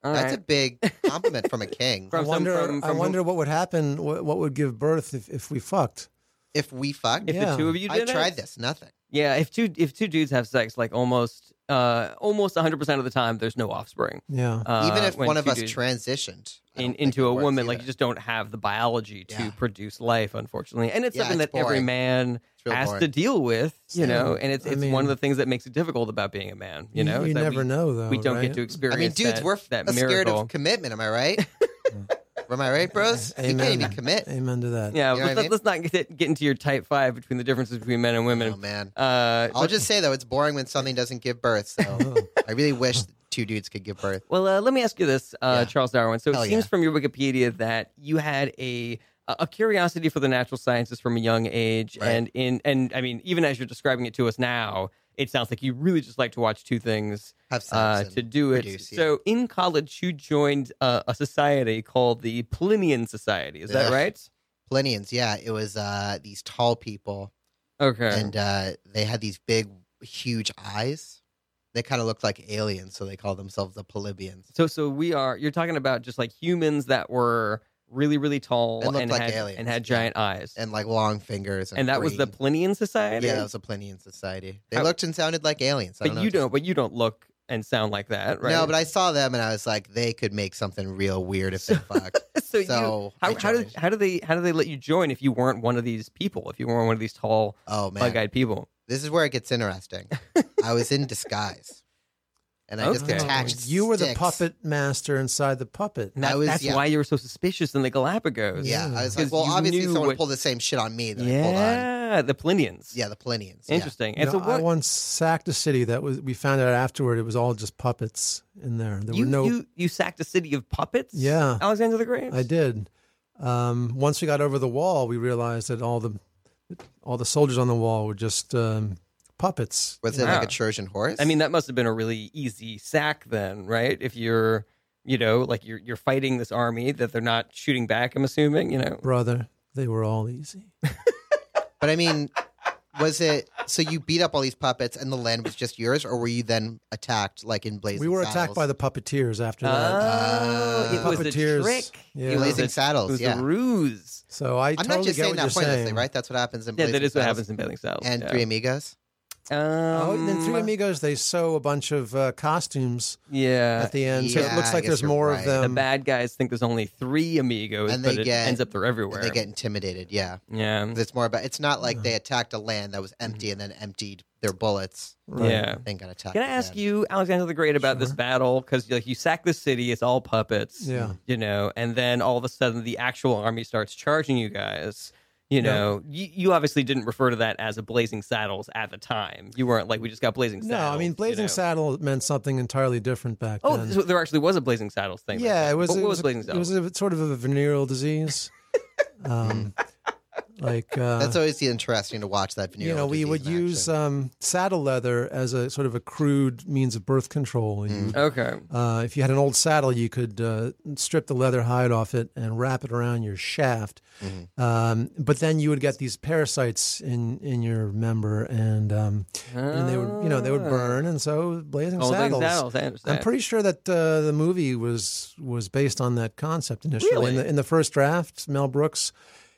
Speaker 2: all
Speaker 6: That's
Speaker 2: right.
Speaker 6: a big
Speaker 2: (laughs)
Speaker 6: compliment from a king.
Speaker 5: I
Speaker 2: From some-
Speaker 5: wonder.
Speaker 2: from-
Speaker 5: I
Speaker 2: from-
Speaker 5: wonder what would happen. What, what would give birth if, if we fucked?
Speaker 6: If we fucked,
Speaker 2: if the
Speaker 5: yeah.
Speaker 2: two of you
Speaker 6: I
Speaker 2: did it?
Speaker 6: tried this. Nothing.
Speaker 2: Yeah, if two if two dudes have sex, like almost uh almost 100 percent of the time, there's no offspring.
Speaker 5: Yeah.
Speaker 2: Uh,
Speaker 6: Even if
Speaker 2: when
Speaker 6: one of
Speaker 2: two
Speaker 6: us
Speaker 2: dudes-
Speaker 6: transitioned I don't
Speaker 2: in,
Speaker 6: think
Speaker 2: into
Speaker 6: it
Speaker 2: a
Speaker 6: works
Speaker 2: woman, like
Speaker 6: either.
Speaker 2: you just don't have the biology to
Speaker 6: Yeah.
Speaker 2: produce life, unfortunately. And it's
Speaker 6: Yeah,
Speaker 2: something
Speaker 6: it's
Speaker 2: that every
Speaker 6: boring.
Speaker 2: man
Speaker 6: It's real
Speaker 2: has
Speaker 6: boring.
Speaker 2: to deal with, you know. And it's
Speaker 5: I
Speaker 2: it's one
Speaker 5: mean-
Speaker 2: of the things that makes it difficult about being a man, you know.
Speaker 5: you,
Speaker 2: is that
Speaker 5: never
Speaker 2: we,
Speaker 5: know though.
Speaker 2: We don't
Speaker 5: right?
Speaker 2: get to
Speaker 6: I
Speaker 2: experience.
Speaker 6: mean, dudes,
Speaker 2: that,
Speaker 6: we're
Speaker 2: that
Speaker 6: f- uh, scared
Speaker 2: miracle.
Speaker 6: of commitment. Am
Speaker 2: (laughs)
Speaker 6: I right? am I right, bros? You can't even
Speaker 5: Amen.
Speaker 6: commit.
Speaker 5: Amen to that.
Speaker 2: yeah.
Speaker 6: you know what I
Speaker 2: let's,
Speaker 6: mean?
Speaker 2: let's not get, get into your type five between the differences between men and women.
Speaker 6: Oh man.
Speaker 2: Uh,
Speaker 6: I'll
Speaker 2: but-
Speaker 6: just say though, it's boring when something doesn't give birth.
Speaker 2: (laughs)
Speaker 6: So I really wish two dudes could give birth.
Speaker 2: Well, uh, let me ask you this, uh,
Speaker 6: Yeah.
Speaker 2: Charles Darwin. So
Speaker 6: Hell
Speaker 2: it seems
Speaker 6: yeah.
Speaker 2: from your Wikipedia that you had a a curiosity for the natural sciences from a young age,
Speaker 6: Right.
Speaker 2: and in and I mean, even as you're describing it to us now, it sounds like you really just like to watch two things
Speaker 6: Have sex
Speaker 2: uh,
Speaker 6: and
Speaker 2: to do it.
Speaker 6: produce, yeah.
Speaker 2: So in college, you joined uh, a society called the Plinian Society. Is that
Speaker 6: Ugh.
Speaker 2: right?
Speaker 6: Plinians, yeah, it was uh, these tall people,
Speaker 2: Okay.
Speaker 6: and uh, they had these big, huge eyes. They kind of looked like aliens, so they called themselves the Polybians.
Speaker 2: so so we are. You're talking about just like humans that were really really tall
Speaker 6: And looked like
Speaker 2: had,
Speaker 6: aliens,
Speaker 2: and had
Speaker 6: yeah.
Speaker 2: giant eyes.
Speaker 6: and like long fingers. And,
Speaker 2: and that was the
Speaker 6: green.
Speaker 2: Plinian Society.
Speaker 6: yeah, that was the Plinian society. They
Speaker 2: I-
Speaker 6: looked and sounded like aliens. I
Speaker 2: but
Speaker 6: know
Speaker 2: you
Speaker 6: what to-
Speaker 2: don't. But you don't look and sound like that, right?
Speaker 6: No, but I saw them and I was like, they could make something real weird if they fucked.
Speaker 2: (laughs) so, you,
Speaker 6: So I
Speaker 2: how, how did
Speaker 6: joined.
Speaker 2: how do they how do they let you join if you weren't one of these people? If you weren't one of these tall,
Speaker 6: oh man,
Speaker 2: bug-eyed people?
Speaker 6: this is where it
Speaker 2: (laughs)
Speaker 6: gets interesting. I was in disguise, and I just
Speaker 2: Okay.
Speaker 6: attached.
Speaker 5: You were the
Speaker 6: sticks.
Speaker 5: puppet master inside the puppet.
Speaker 2: And that-
Speaker 6: I was-
Speaker 2: that's
Speaker 6: yeah.
Speaker 2: why you were so suspicious in the Galapagos.
Speaker 6: Yeah, I was
Speaker 2: Because
Speaker 6: like, well,
Speaker 2: you
Speaker 6: obviously
Speaker 2: knew
Speaker 6: someone
Speaker 2: what-
Speaker 6: pulled the same shit on me that I pulled on.
Speaker 2: Yeah, the Plinians.
Speaker 6: Yeah, the Plinians. yeah.
Speaker 2: Interesting.
Speaker 5: You
Speaker 2: And so
Speaker 5: know,
Speaker 2: what?
Speaker 5: I once sacked a city that was. We found out afterward it was all just puppets in there. There
Speaker 2: you,
Speaker 5: were no.
Speaker 2: you you sacked a city of puppets.
Speaker 5: Yeah.
Speaker 2: Alexander the Great.
Speaker 5: I did. Um, once we got over the wall, we realized that all the all the soldiers on the wall were just um, puppets.
Speaker 6: Was it like
Speaker 2: Wow.
Speaker 6: a Trojan horse?
Speaker 2: I mean, that must have been a really easy sack then, right? If you're, you know, like you're you're fighting this army that they're not shooting back. I'm assuming, you know.
Speaker 5: Brother, they were all easy.
Speaker 6: but I mean, was it so you beat up all these puppets and the land was just yours, or were you then attacked like in Blazing?
Speaker 5: We were attacked
Speaker 6: Saddles?
Speaker 5: by the puppeteers after that.
Speaker 2: Oh, it was a
Speaker 5: "Ah." Puppeteers.
Speaker 2: trick.
Speaker 5: Yeah.
Speaker 2: It was
Speaker 6: Blazing
Speaker 2: a,
Speaker 6: Saddles,
Speaker 2: It was
Speaker 6: yeah.
Speaker 2: a ruse.
Speaker 5: So I
Speaker 6: I'm
Speaker 5: totally
Speaker 6: not just
Speaker 5: get
Speaker 6: saying
Speaker 5: what
Speaker 6: that
Speaker 5: you're
Speaker 6: pointlessly,
Speaker 5: saying.
Speaker 6: right? That's what happens in
Speaker 2: Yeah,
Speaker 6: Blazing
Speaker 2: that is what
Speaker 6: Saddles
Speaker 2: happens in Bailing Saddles.
Speaker 6: and
Speaker 2: yeah.
Speaker 6: Three Amigos.
Speaker 2: Um,
Speaker 5: oh, and then Three
Speaker 6: Um,
Speaker 5: Amigos, they sew a bunch of uh, costumes
Speaker 2: Yeah.
Speaker 5: at the end, so it
Speaker 6: Uh, yeah,
Speaker 5: looks
Speaker 6: I
Speaker 5: like
Speaker 6: guess
Speaker 5: there's
Speaker 6: you're
Speaker 5: more
Speaker 6: right.
Speaker 5: of
Speaker 6: The
Speaker 2: the
Speaker 5: them.
Speaker 2: bad guys think there's only three amigos,
Speaker 6: um, And
Speaker 2: but
Speaker 6: they
Speaker 2: it
Speaker 6: get-
Speaker 2: ends up they're everywhere. Mm.
Speaker 6: And they get intimidated, yeah.
Speaker 2: yeah,
Speaker 6: 'Cause It's more about. It's not like they attacked a land that was empty and then emptied their bullets
Speaker 2: Mm-hmm. yeah.
Speaker 6: and got attacked.
Speaker 2: Can I ask you, Alexander the Great, about this
Speaker 5: Sure.
Speaker 2: battle? Because like you sack the city, it's all puppets,
Speaker 5: Yeah.
Speaker 2: you know, and then all of a sudden the actual army starts charging you guys. You
Speaker 5: Yeah.
Speaker 2: know, you, you obviously didn't refer to that as a blazing saddles at the time. You weren't like we just got blazing
Speaker 5: No,
Speaker 2: saddles.
Speaker 5: I mean
Speaker 2: you
Speaker 5: Blazing
Speaker 2: know.
Speaker 5: Saddle meant something entirely different back
Speaker 2: Oh,
Speaker 5: then.
Speaker 2: so there actually was a blazing saddles thing.
Speaker 5: yeah,
Speaker 2: back
Speaker 5: it was.
Speaker 2: then. But
Speaker 5: it
Speaker 2: what
Speaker 5: was,
Speaker 2: was,
Speaker 5: a-
Speaker 2: blazing
Speaker 5: It was
Speaker 2: saddles?
Speaker 5: a, sort of a venereal disease.
Speaker 6: (laughs)
Speaker 5: um, like uh,
Speaker 6: That's always interesting to watch that.
Speaker 5: you know, we
Speaker 6: venereal
Speaker 5: would
Speaker 6: disease in
Speaker 5: use
Speaker 2: uh,
Speaker 6: action.
Speaker 5: um, saddle leather as a sort of a crude means of birth control. You
Speaker 6: Mm.
Speaker 5: would
Speaker 2: okay. Oh,
Speaker 5: Uh, if you had an old saddle, you could uh, strip the leather hide off it and wrap it around your shaft.
Speaker 2: Mm-hmm.
Speaker 5: Um, but then you would get these parasites in, in your member, and um, and they would you know they would
Speaker 2: Ah.
Speaker 5: burn, and so blazing
Speaker 2: Oh,
Speaker 5: saddles.
Speaker 2: blazing saddles. I understand.
Speaker 5: I'm pretty sure that uh, the movie was was based on that concept initially.
Speaker 2: Really?
Speaker 5: In, the, in the first draft, Mel Brooks,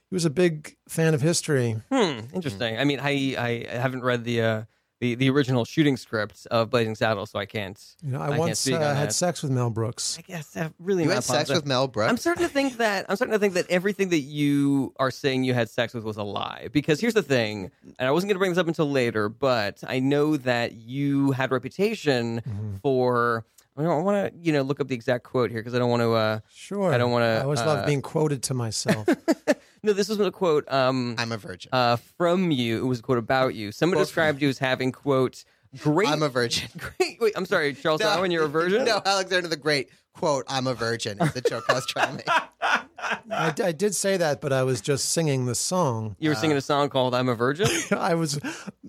Speaker 5: he was a big fan of history.
Speaker 2: Hmm, interesting. I mean, I I haven't read the uh, the the original shooting script of Blazing Saddles, so I can't.
Speaker 5: You know,
Speaker 2: I
Speaker 5: I,
Speaker 2: can't
Speaker 5: once
Speaker 2: speak
Speaker 5: uh,
Speaker 2: on
Speaker 5: had
Speaker 2: that.
Speaker 5: sex with Mel Brooks.
Speaker 2: I guess i really
Speaker 6: You
Speaker 2: not
Speaker 6: had sex
Speaker 2: positive.
Speaker 6: with Mel Brooks.
Speaker 2: I'm starting to think that I'm starting to think that everything that you are saying you had sex with was a lie. Because here's the thing, and I wasn't going to bring this up until later, but I know that you had a reputation
Speaker 5: Mm-hmm.
Speaker 2: for. I don't want to, you know, look up the exact quote here because I don't want to. Uh,
Speaker 5: Sure,
Speaker 2: I don't wanna,
Speaker 5: I always
Speaker 2: uh,
Speaker 5: love being quoted
Speaker 2: (laughs)
Speaker 5: to myself.
Speaker 2: no, this wasn't a quote. Um,
Speaker 6: I'm a virgin.
Speaker 2: uh, from you. It was a quote about you. Someone described you as having quote great.
Speaker 6: I'm a virgin.
Speaker 2: (laughs) great. Wait, I'm sorry, Charles
Speaker 6: No.
Speaker 2: Darwin. You're a virgin.
Speaker 6: No, Alexander the Great. Quote: "I'm a virgin." Is the joke I was trying to make.
Speaker 2: (laughs)
Speaker 5: I, I did say that, but I was just singing the song.
Speaker 2: You were singing a song called "I'm a
Speaker 6: (laughs)
Speaker 2: Virgin."
Speaker 5: (laughs) I was,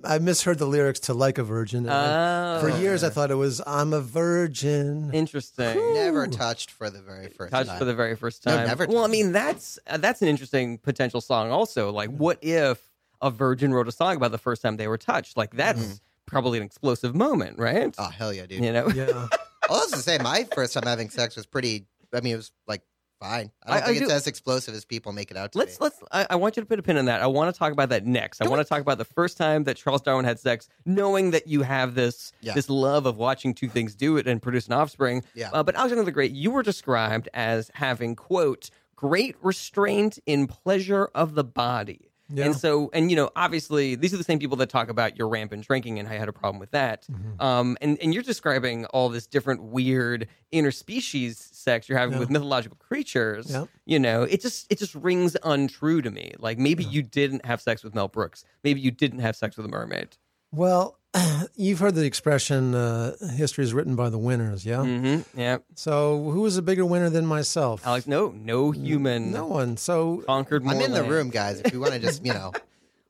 Speaker 5: I misheard the lyrics to "Like a Virgin." and I-
Speaker 2: Oh,
Speaker 5: for years, I thought it was "I'm
Speaker 2: (laughs)
Speaker 5: a Virgin."
Speaker 2: interesting.
Speaker 6: Never touched for the very first
Speaker 2: Touched
Speaker 6: time.
Speaker 2: for the very first
Speaker 6: No,
Speaker 2: time.
Speaker 6: never
Speaker 2: well, I
Speaker 6: touched.
Speaker 2: mean, that's uh, that's an interesting potential song. Also, like,
Speaker 6: Mm.
Speaker 2: what if a virgin wrote a song about the first time they were touched? Like, that's probably an explosive moment, right?
Speaker 6: Mm-hmm. oh hell yeah, dude!
Speaker 2: you know.
Speaker 5: Yeah,
Speaker 6: I'll also say my first time having sex was pretty. I mean, it was like fine. I
Speaker 2: I-
Speaker 6: don't
Speaker 2: I
Speaker 6: think it's
Speaker 2: do-
Speaker 6: as explosive as people make it out to
Speaker 2: Let's
Speaker 6: be.
Speaker 2: let's. I, I want you to put a pin in that. I want to talk about that next. I want to talk about the first time that Charles Darwin had sex, knowing that you have this
Speaker 6: Yeah.
Speaker 2: this love of watching two things do it and produce an offspring.
Speaker 6: Yeah.
Speaker 2: Uh, but Alexander the Great, you were described as having quote great restraint in pleasure of the body.
Speaker 5: Yeah.
Speaker 2: And so, and you know, obviously, these are the same people that talk about your rampant drinking and how you had a problem with that. Um, and and you're describing all this different weird interspecies sex you're having
Speaker 5: Yeah.
Speaker 2: with mythological creatures
Speaker 5: Yeah.
Speaker 2: you know it just it just rings untrue to me like maybe you didn't have sex with mel brooks maybe you didn't have sex with a mermaid
Speaker 5: Well, (clears throat) you've heard the expression uh, "history is written by the winners." Yeah.
Speaker 2: mm-hmm. yeah
Speaker 5: So, who was a bigger winner than myself?
Speaker 2: alex no no human
Speaker 5: no one. So,
Speaker 2: conquered
Speaker 6: I'm
Speaker 2: more
Speaker 6: in the
Speaker 2: land.
Speaker 6: room, guys.
Speaker 2: (laughs)
Speaker 6: If you want to just, you know,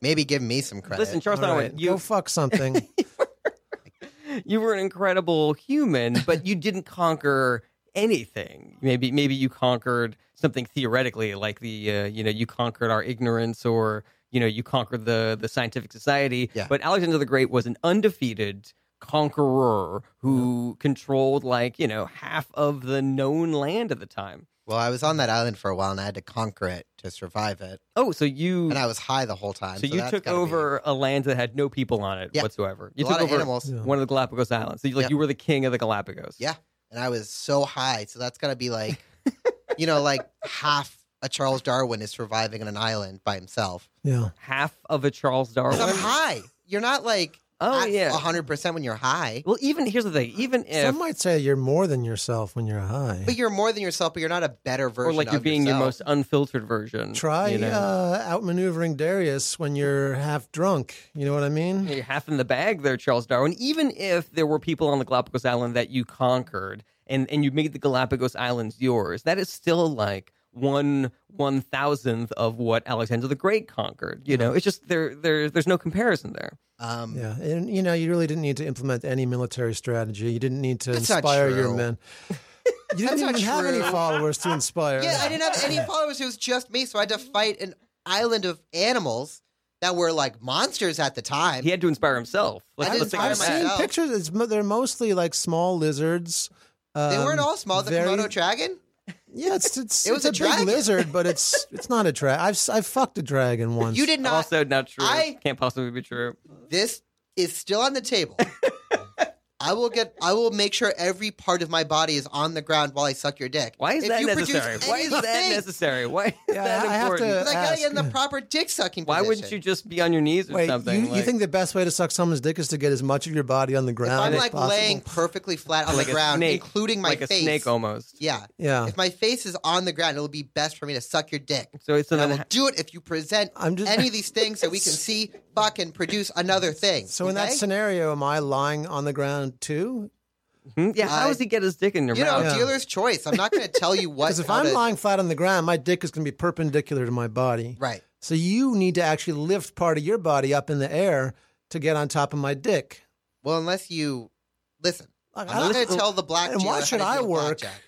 Speaker 6: maybe give me some credit.
Speaker 2: listen charles
Speaker 5: all
Speaker 2: darwin (laughs)
Speaker 5: right,
Speaker 2: you
Speaker 5: go fuck something.
Speaker 2: you were an incredible human, but you didn't conquer anything. Maybe maybe you conquered something theoretically, like the uh, you know you conquered our ignorance, or you know you conquered the the scientific society.
Speaker 6: Yeah.
Speaker 2: But Alexander the Great was an undefeated conqueror who
Speaker 6: Mm-hmm.
Speaker 2: controlled like you know half of the known land at the time.
Speaker 6: Well, I was on that island for a while and I had to conquer it to survive it.
Speaker 2: Oh, so you
Speaker 6: And I was high the whole time.
Speaker 2: so you
Speaker 6: that's
Speaker 2: took
Speaker 6: gotta be-
Speaker 2: over a land that had no people on it
Speaker 6: Yeah.
Speaker 2: whatsoever.
Speaker 6: a
Speaker 2: You
Speaker 6: lot
Speaker 2: took
Speaker 6: of
Speaker 2: over
Speaker 6: animals.
Speaker 5: Yeah.
Speaker 2: one of the Galapagos Islands. So you, like
Speaker 6: Yeah.
Speaker 2: you were the king of the Galapagos.
Speaker 6: Yeah. And I was so high. So that's got to
Speaker 2: (laughs)
Speaker 6: be like, you know, like half a Charles Darwin is surviving on an island by himself.
Speaker 5: Yeah.
Speaker 2: Half of a Charles Darwin.
Speaker 6: 'Cause I'm high. You're not like
Speaker 2: Oh
Speaker 6: at
Speaker 2: yeah.
Speaker 6: 100% when you're high,
Speaker 2: Well, even here's the thing. Even if
Speaker 5: Some might say you're more than yourself when you're high.
Speaker 6: but you're more than yourself, but you're not a better version
Speaker 2: or like you're
Speaker 6: of
Speaker 2: being your
Speaker 6: yourself.
Speaker 2: most unfiltered version.
Speaker 5: Try
Speaker 2: you know?
Speaker 5: uh, outmaneuvering Darius when you're half drunk. You know what I mean?
Speaker 2: You're half in the bag there, Charles Darwin. Even if there were people on the Galapagos Island that you conquered and, and you made the Galapagos Islands yours, that is still like one one thousandth of what Alexander the Great conquered. You
Speaker 6: Mm-hmm.
Speaker 2: know, it's just there there there's no comparison there.
Speaker 6: Um,
Speaker 5: Yeah, and you know, you really didn't need to implement any military strategy. You didn't need to
Speaker 6: That's not
Speaker 5: inspire your (laughs)
Speaker 6: true.
Speaker 5: men. You
Speaker 6: That's
Speaker 5: didn't
Speaker 6: not
Speaker 5: even have any
Speaker 6: true.
Speaker 5: followers to inspire.
Speaker 6: Yeah, I didn't have any followers. It was just me. So I had to fight an island of animals that were like monsters at the time.
Speaker 2: He had to inspire himself.
Speaker 6: I didn't
Speaker 2: let's think
Speaker 6: inspire
Speaker 5: I've
Speaker 2: about that.
Speaker 5: seen
Speaker 6: myself.
Speaker 5: pictures. It's, mo- they're mostly like small lizards.
Speaker 6: They weren't
Speaker 5: um,
Speaker 6: all small. The
Speaker 5: very-
Speaker 6: Komodo dragon?
Speaker 5: Yeah, it's, it's
Speaker 6: It was
Speaker 5: it's
Speaker 6: a
Speaker 5: a,
Speaker 6: dragon.
Speaker 5: big lizard, but
Speaker 6: (laughs)
Speaker 5: it's it's not a dragon. I've s- I've fucked a dragon once.
Speaker 6: You did not.
Speaker 2: um, also not true.
Speaker 6: I-
Speaker 2: Can't possibly be true.
Speaker 6: this is still on
Speaker 2: (laughs)
Speaker 6: the table. I will get. I will make sure every part of my body is on the ground while I suck your dick.
Speaker 2: Why is
Speaker 6: If
Speaker 2: that
Speaker 6: you produce
Speaker 2: necessary? Why is that
Speaker 6: anything,
Speaker 2: necessary? Why is
Speaker 5: Yeah,
Speaker 2: that
Speaker 5: I have
Speaker 2: important?
Speaker 5: to-
Speaker 6: Because I gotta get in the
Speaker 5: Ask.
Speaker 6: proper dick sucking.
Speaker 2: Why wouldn't you just be on your knees or
Speaker 5: Wait,
Speaker 2: something?
Speaker 5: you, you
Speaker 2: like-
Speaker 5: think the best way to suck someone's dick is to get as much of your body on the
Speaker 6: If
Speaker 5: ground
Speaker 6: I'm
Speaker 5: as
Speaker 6: like
Speaker 5: possible?
Speaker 6: laying perfectly flat on
Speaker 2: Like
Speaker 6: the
Speaker 2: a
Speaker 6: ground,
Speaker 2: snake.
Speaker 6: including my
Speaker 2: like a
Speaker 6: face.
Speaker 2: snake almost.
Speaker 6: Yeah.
Speaker 5: Yeah,
Speaker 6: If my face is on the ground, it'll be best for me to suck your dick.
Speaker 2: So it's
Speaker 6: And I
Speaker 2: then
Speaker 6: will do it if you present
Speaker 5: I'm just-
Speaker 6: any of these things that we can see, fucking produce another thing.
Speaker 5: So in that
Speaker 6: okay?
Speaker 5: scenario, am I lying on the ground too?
Speaker 2: Hmm? yeah. How
Speaker 6: I-
Speaker 2: does he get his dick in your
Speaker 6: you know,
Speaker 2: mouth?
Speaker 5: Yeah.
Speaker 6: dealer's choice. I'm not going to
Speaker 5: (laughs)
Speaker 6: tell you what.
Speaker 5: Because if
Speaker 6: how
Speaker 5: I'm
Speaker 6: to-
Speaker 5: lying flat on the ground, my dick is going to be perpendicular to my body.
Speaker 6: right?
Speaker 5: So you need to actually lift part of your body up in the air to get on top of my dick.
Speaker 6: Well, unless you listen.
Speaker 5: Like,
Speaker 6: I'm not
Speaker 5: I-
Speaker 6: going to tell the black.
Speaker 5: And
Speaker 6: dealer
Speaker 5: why
Speaker 6: how
Speaker 5: should
Speaker 6: to
Speaker 5: I
Speaker 6: deal with
Speaker 5: work?
Speaker 6: blackjack.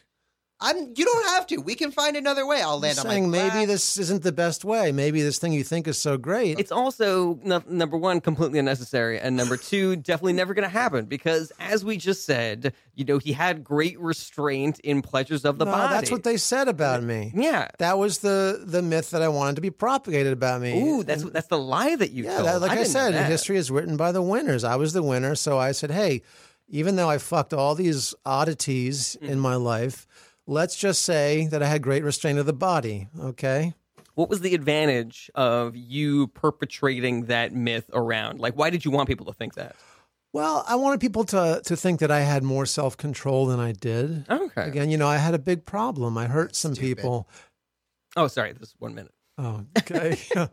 Speaker 6: I'm. You don't have to. We can find another way. I'll
Speaker 5: I'm
Speaker 6: land on my.
Speaker 5: saying maybe
Speaker 6: back.
Speaker 5: this isn't the best way. Maybe this thing you think is so great.
Speaker 2: It's also no, number one, completely unnecessary, and
Speaker 5: (laughs)
Speaker 2: number two, definitely never going to happen because, as we just said, you know, he had great restraint in pleasures of the
Speaker 5: no,
Speaker 2: body.
Speaker 5: that's what they said about me.
Speaker 2: Yeah.
Speaker 5: That was the the myth that I wanted to be propagated about me.
Speaker 2: Ooh, that's that's the lie that you.
Speaker 5: Yeah,
Speaker 2: told.
Speaker 5: that, like I,
Speaker 2: didn't know
Speaker 5: said,
Speaker 2: that.
Speaker 5: history is written by the winners. I was the winner, so I said, "Hey, even though I fucked all these oddities
Speaker 2: Mm-hmm.
Speaker 5: in my life, let's just say that I had great restraint of the body." Okay,
Speaker 2: What was the advantage of you perpetrating that myth around? Like, why did you want people to think that?
Speaker 5: well, I wanted people to to think that I had more self control than I did.
Speaker 2: Okay.
Speaker 5: Again, you know, I had a big problem. I hurt some people.
Speaker 2: Oh, sorry. This is one minute.
Speaker 5: Oh, okay. (laughs)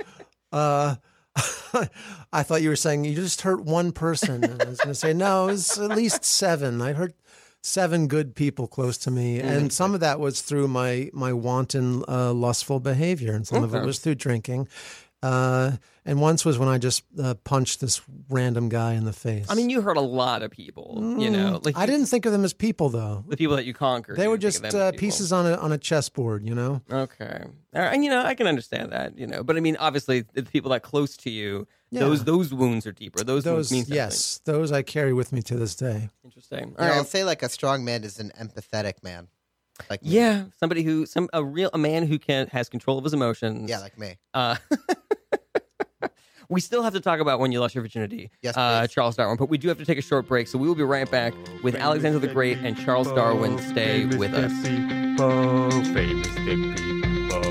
Speaker 5: uh, (laughs) I thought you were saying you just hurt one person. And I was going to say, no, it was at least seven. I hurt seven good people close to me.
Speaker 2: Mm-hmm.
Speaker 5: And some of that was through my, my wanton, uh, lustful behavior, and some of it
Speaker 2: Okay.
Speaker 5: was through drinking. Uh, and once was when I just uh, punched this random guy in the face. Mm,
Speaker 2: I mean, you hurt a lot of people. you know, like
Speaker 5: I didn't think of them as people, though.
Speaker 2: the people that you conquered.
Speaker 5: They
Speaker 2: you
Speaker 5: were
Speaker 2: didn't think
Speaker 5: just
Speaker 2: of them as
Speaker 5: uh,
Speaker 2: people.
Speaker 5: pieces on a on a chessboard, you know.
Speaker 2: Okay. All right. And you know, I can understand that, you know. But I mean, obviously the people that close to you, those those wounds are deeper. Those, wounds
Speaker 5: Those,
Speaker 2: mean something.
Speaker 5: yes, those I carry with me to this day.
Speaker 2: Interesting. All
Speaker 6: You know,
Speaker 2: right.
Speaker 6: I'll say like a strong man is an empathetic man. Like me.
Speaker 2: Yeah, somebody who some a real a man who can has control of his emotions.
Speaker 6: yeah, like me.
Speaker 2: Uh, (laughs) we still have to talk about when you lost your virginity,
Speaker 6: Yes,
Speaker 2: uh,
Speaker 6: please.
Speaker 2: Charles Darwin. But we do have to take a short break, so we will be right back with Alexander the Great and Charles Darwin. Stay
Speaker 4: Famous
Speaker 2: with
Speaker 4: dead
Speaker 2: us.
Speaker 4: people, famous dead people,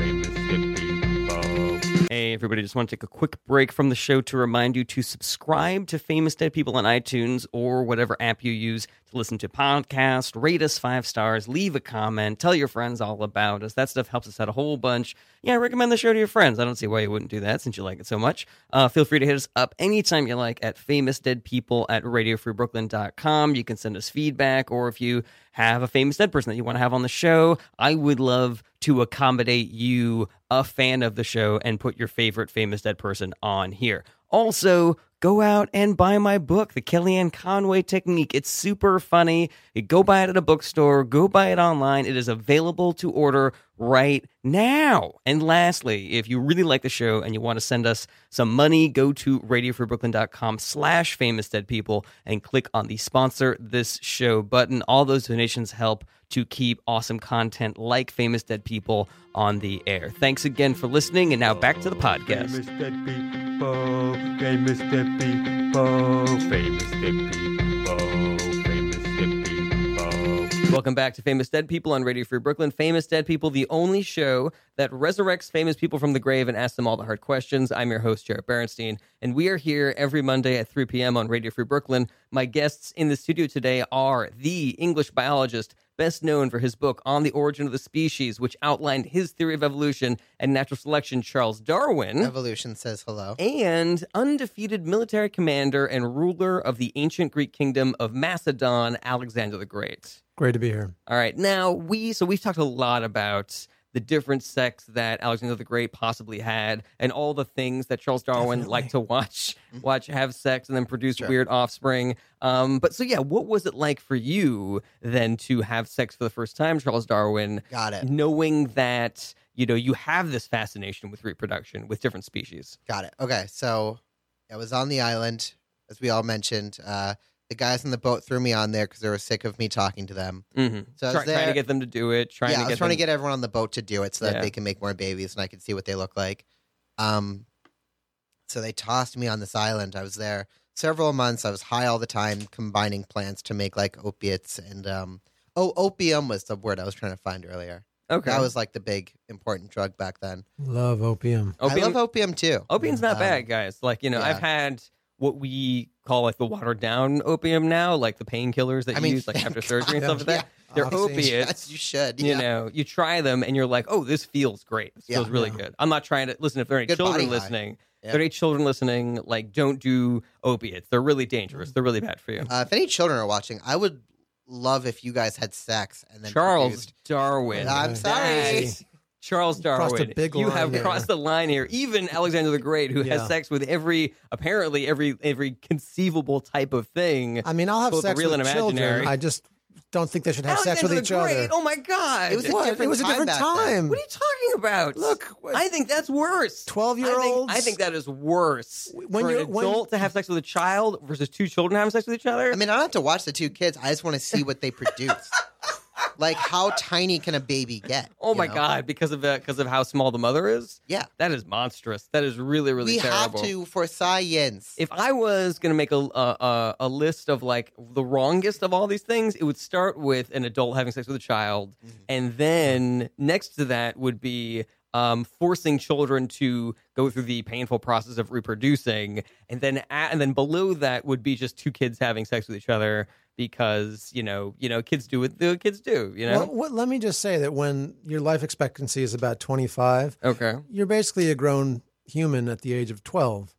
Speaker 4: famous dead people.
Speaker 7: Hey, everybody, just want to take a quick break from the show to remind you to subscribe to Famous Dead People on iTunes or whatever app you use to listen to podcasts, rate us five stars, leave a comment, tell your friends all about us. That stuff helps us out a whole bunch. Yeah, recommend the show to your friends. I don't see why you wouldn't do that since you like it so much. Uh, feel free to hit us up anytime you like at famousdeadpeople at radiofreebrooklyn.com. You can send us feedback or if you have a famous dead person that you want to have on the show, I would love to accommodate you, a fan of the show, and put your favorite famous dead person on here. Also, go out and buy my book, The Kellyanne Conway Technique. It's super funny. Go buy it at a bookstore, go buy it online. It is available to order right now. And lastly, if you really like the show and you want to send us some money, go to radiofreebrooklyn.com slash famous dead people and click on the sponsor this show button. All those donations help to keep awesome content like Famous Dead People on the air. Thanks again for listening. And now back to the podcast.
Speaker 4: Famous dead people, famous dead people, famous dead people, famous dead people.
Speaker 2: Welcome back to Famous Dead People on Radio Free Brooklyn. Famous Dead People, the only show that resurrects famous people from the grave and asks them all the hard questions. I'm your host, Jared Berenstein, and we are here every Monday at 3 p.m. on Radio Free Brooklyn. My guests in the studio today are the English biologist, best known for his book On the Origin of the Species, which outlined his theory of evolution and natural selection, Charles
Speaker 5: Hmm?
Speaker 2: Darwin.
Speaker 6: Evolution says hello.
Speaker 2: and undefeated military commander and ruler of the ancient Greek kingdom of Macedon, Alexander the Great.
Speaker 5: Great to be here.
Speaker 2: All right. Now we so we've talked a lot about the different sects that Alexander the Great possibly had and all the things that Charles Darwin liked to watch
Speaker 6: Mm-hmm.
Speaker 2: watch have sex and then produce weird offspring. Um but so yeah, what was it like for you then to have sex for the first time, Charles Darwin,
Speaker 6: Got it.
Speaker 2: knowing that you know you have this fascination with reproduction with different species?
Speaker 6: Got it. Okay, so I was on the island, as we all mentioned. Uh, the guys in the boat threw me on there because they were sick of me talking to them.
Speaker 2: Mm-hmm.
Speaker 6: So I was
Speaker 2: trying to
Speaker 6: there-
Speaker 2: get them to do it, trying
Speaker 6: yeah,
Speaker 2: to
Speaker 6: I
Speaker 2: get
Speaker 6: was trying
Speaker 2: them-
Speaker 6: to get everyone on the boat to do it so that
Speaker 2: Yeah.
Speaker 6: they can make more babies and I could see what they look like. Um, so they tossed me on this island. I was there several months. I was high all the time, combining plants to make like opiates and um, oh, opium was the word I was trying to find earlier.
Speaker 2: Okay.
Speaker 6: That was like the big important drug back then.
Speaker 5: Love opium.
Speaker 2: Oh,
Speaker 6: I love opium too.
Speaker 2: Opium's not
Speaker 6: Um,
Speaker 2: bad, guys. Like, you know, I've had what we call like the watered down opium now, like the painkillers that
Speaker 6: I
Speaker 2: you
Speaker 6: mean,
Speaker 2: use
Speaker 6: (laughs)
Speaker 2: like after
Speaker 6: thank
Speaker 2: surgery and
Speaker 6: God.
Speaker 2: stuff like that. They're
Speaker 5: Obviously.
Speaker 2: opiates.
Speaker 6: (laughs) you should.
Speaker 2: You
Speaker 6: Yeah.
Speaker 2: know, you try them and you're like, oh, this feels great. This
Speaker 6: Yeah.
Speaker 2: feels really good. I'm not trying to listen if there are any
Speaker 6: Good body
Speaker 2: children
Speaker 6: high.
Speaker 2: listening. If
Speaker 6: Yeah.
Speaker 2: there are any children listening, like don't do opiates. They're really
Speaker 6: Mm.
Speaker 2: dangerous. They're really bad for you.
Speaker 6: Uh, if any children are watching, I would love if you guys had sex and then
Speaker 2: Charles
Speaker 6: produced-
Speaker 2: Darwin.
Speaker 6: I'm sorry.
Speaker 2: That- Charles Darwin.
Speaker 5: Crossed a big
Speaker 2: you
Speaker 5: line
Speaker 2: have
Speaker 5: there.
Speaker 2: crossed the line here. Even Alexander the Great, who has
Speaker 5: Yeah.
Speaker 2: sex with every apparently every every conceivable type of thing.
Speaker 5: I mean, I'll have
Speaker 2: Both
Speaker 5: sex
Speaker 2: real
Speaker 5: with
Speaker 2: and imaginary.
Speaker 5: children. I just don't think they should have
Speaker 2: Alexander
Speaker 5: sex with
Speaker 2: the
Speaker 5: each
Speaker 2: Great.
Speaker 5: other.
Speaker 2: Oh my god!
Speaker 6: It was a
Speaker 5: what?
Speaker 6: different
Speaker 5: it was a
Speaker 6: time
Speaker 5: different
Speaker 6: back then.
Speaker 5: time.
Speaker 2: what are you talking about?
Speaker 5: Look, what-
Speaker 2: I think that's worse.
Speaker 5: 12-year-olds?
Speaker 2: I think, I think that is worse.
Speaker 5: When
Speaker 2: for an
Speaker 5: you're- when-
Speaker 2: adult to have sex with a child versus two children having sex with each other.
Speaker 6: I mean, I don't have to watch the two kids. I just want to see what
Speaker 2: (laughs)
Speaker 6: they produce. like, how tiny can a baby get?
Speaker 2: oh
Speaker 6: you
Speaker 2: my
Speaker 6: know?
Speaker 2: god! Because of uh, because of how small the mother is.
Speaker 6: Yeah.
Speaker 2: That is monstrous. That is really really
Speaker 6: we
Speaker 2: terrible.
Speaker 6: have to for science.
Speaker 2: If I was gonna make a, a a- a list of like the wrongest of all these things, it would start with an adult having sex with a child, and then next to that would be um, forcing children to go through the painful process of reproducing, and then a- and then below that would be just two kids having sex with each other because you know you know kids do what the kids do, you know.
Speaker 5: Well, what, let me just say that when your life expectancy is about 25,
Speaker 2: Okay.
Speaker 5: you're basically a grown human at the age of 12.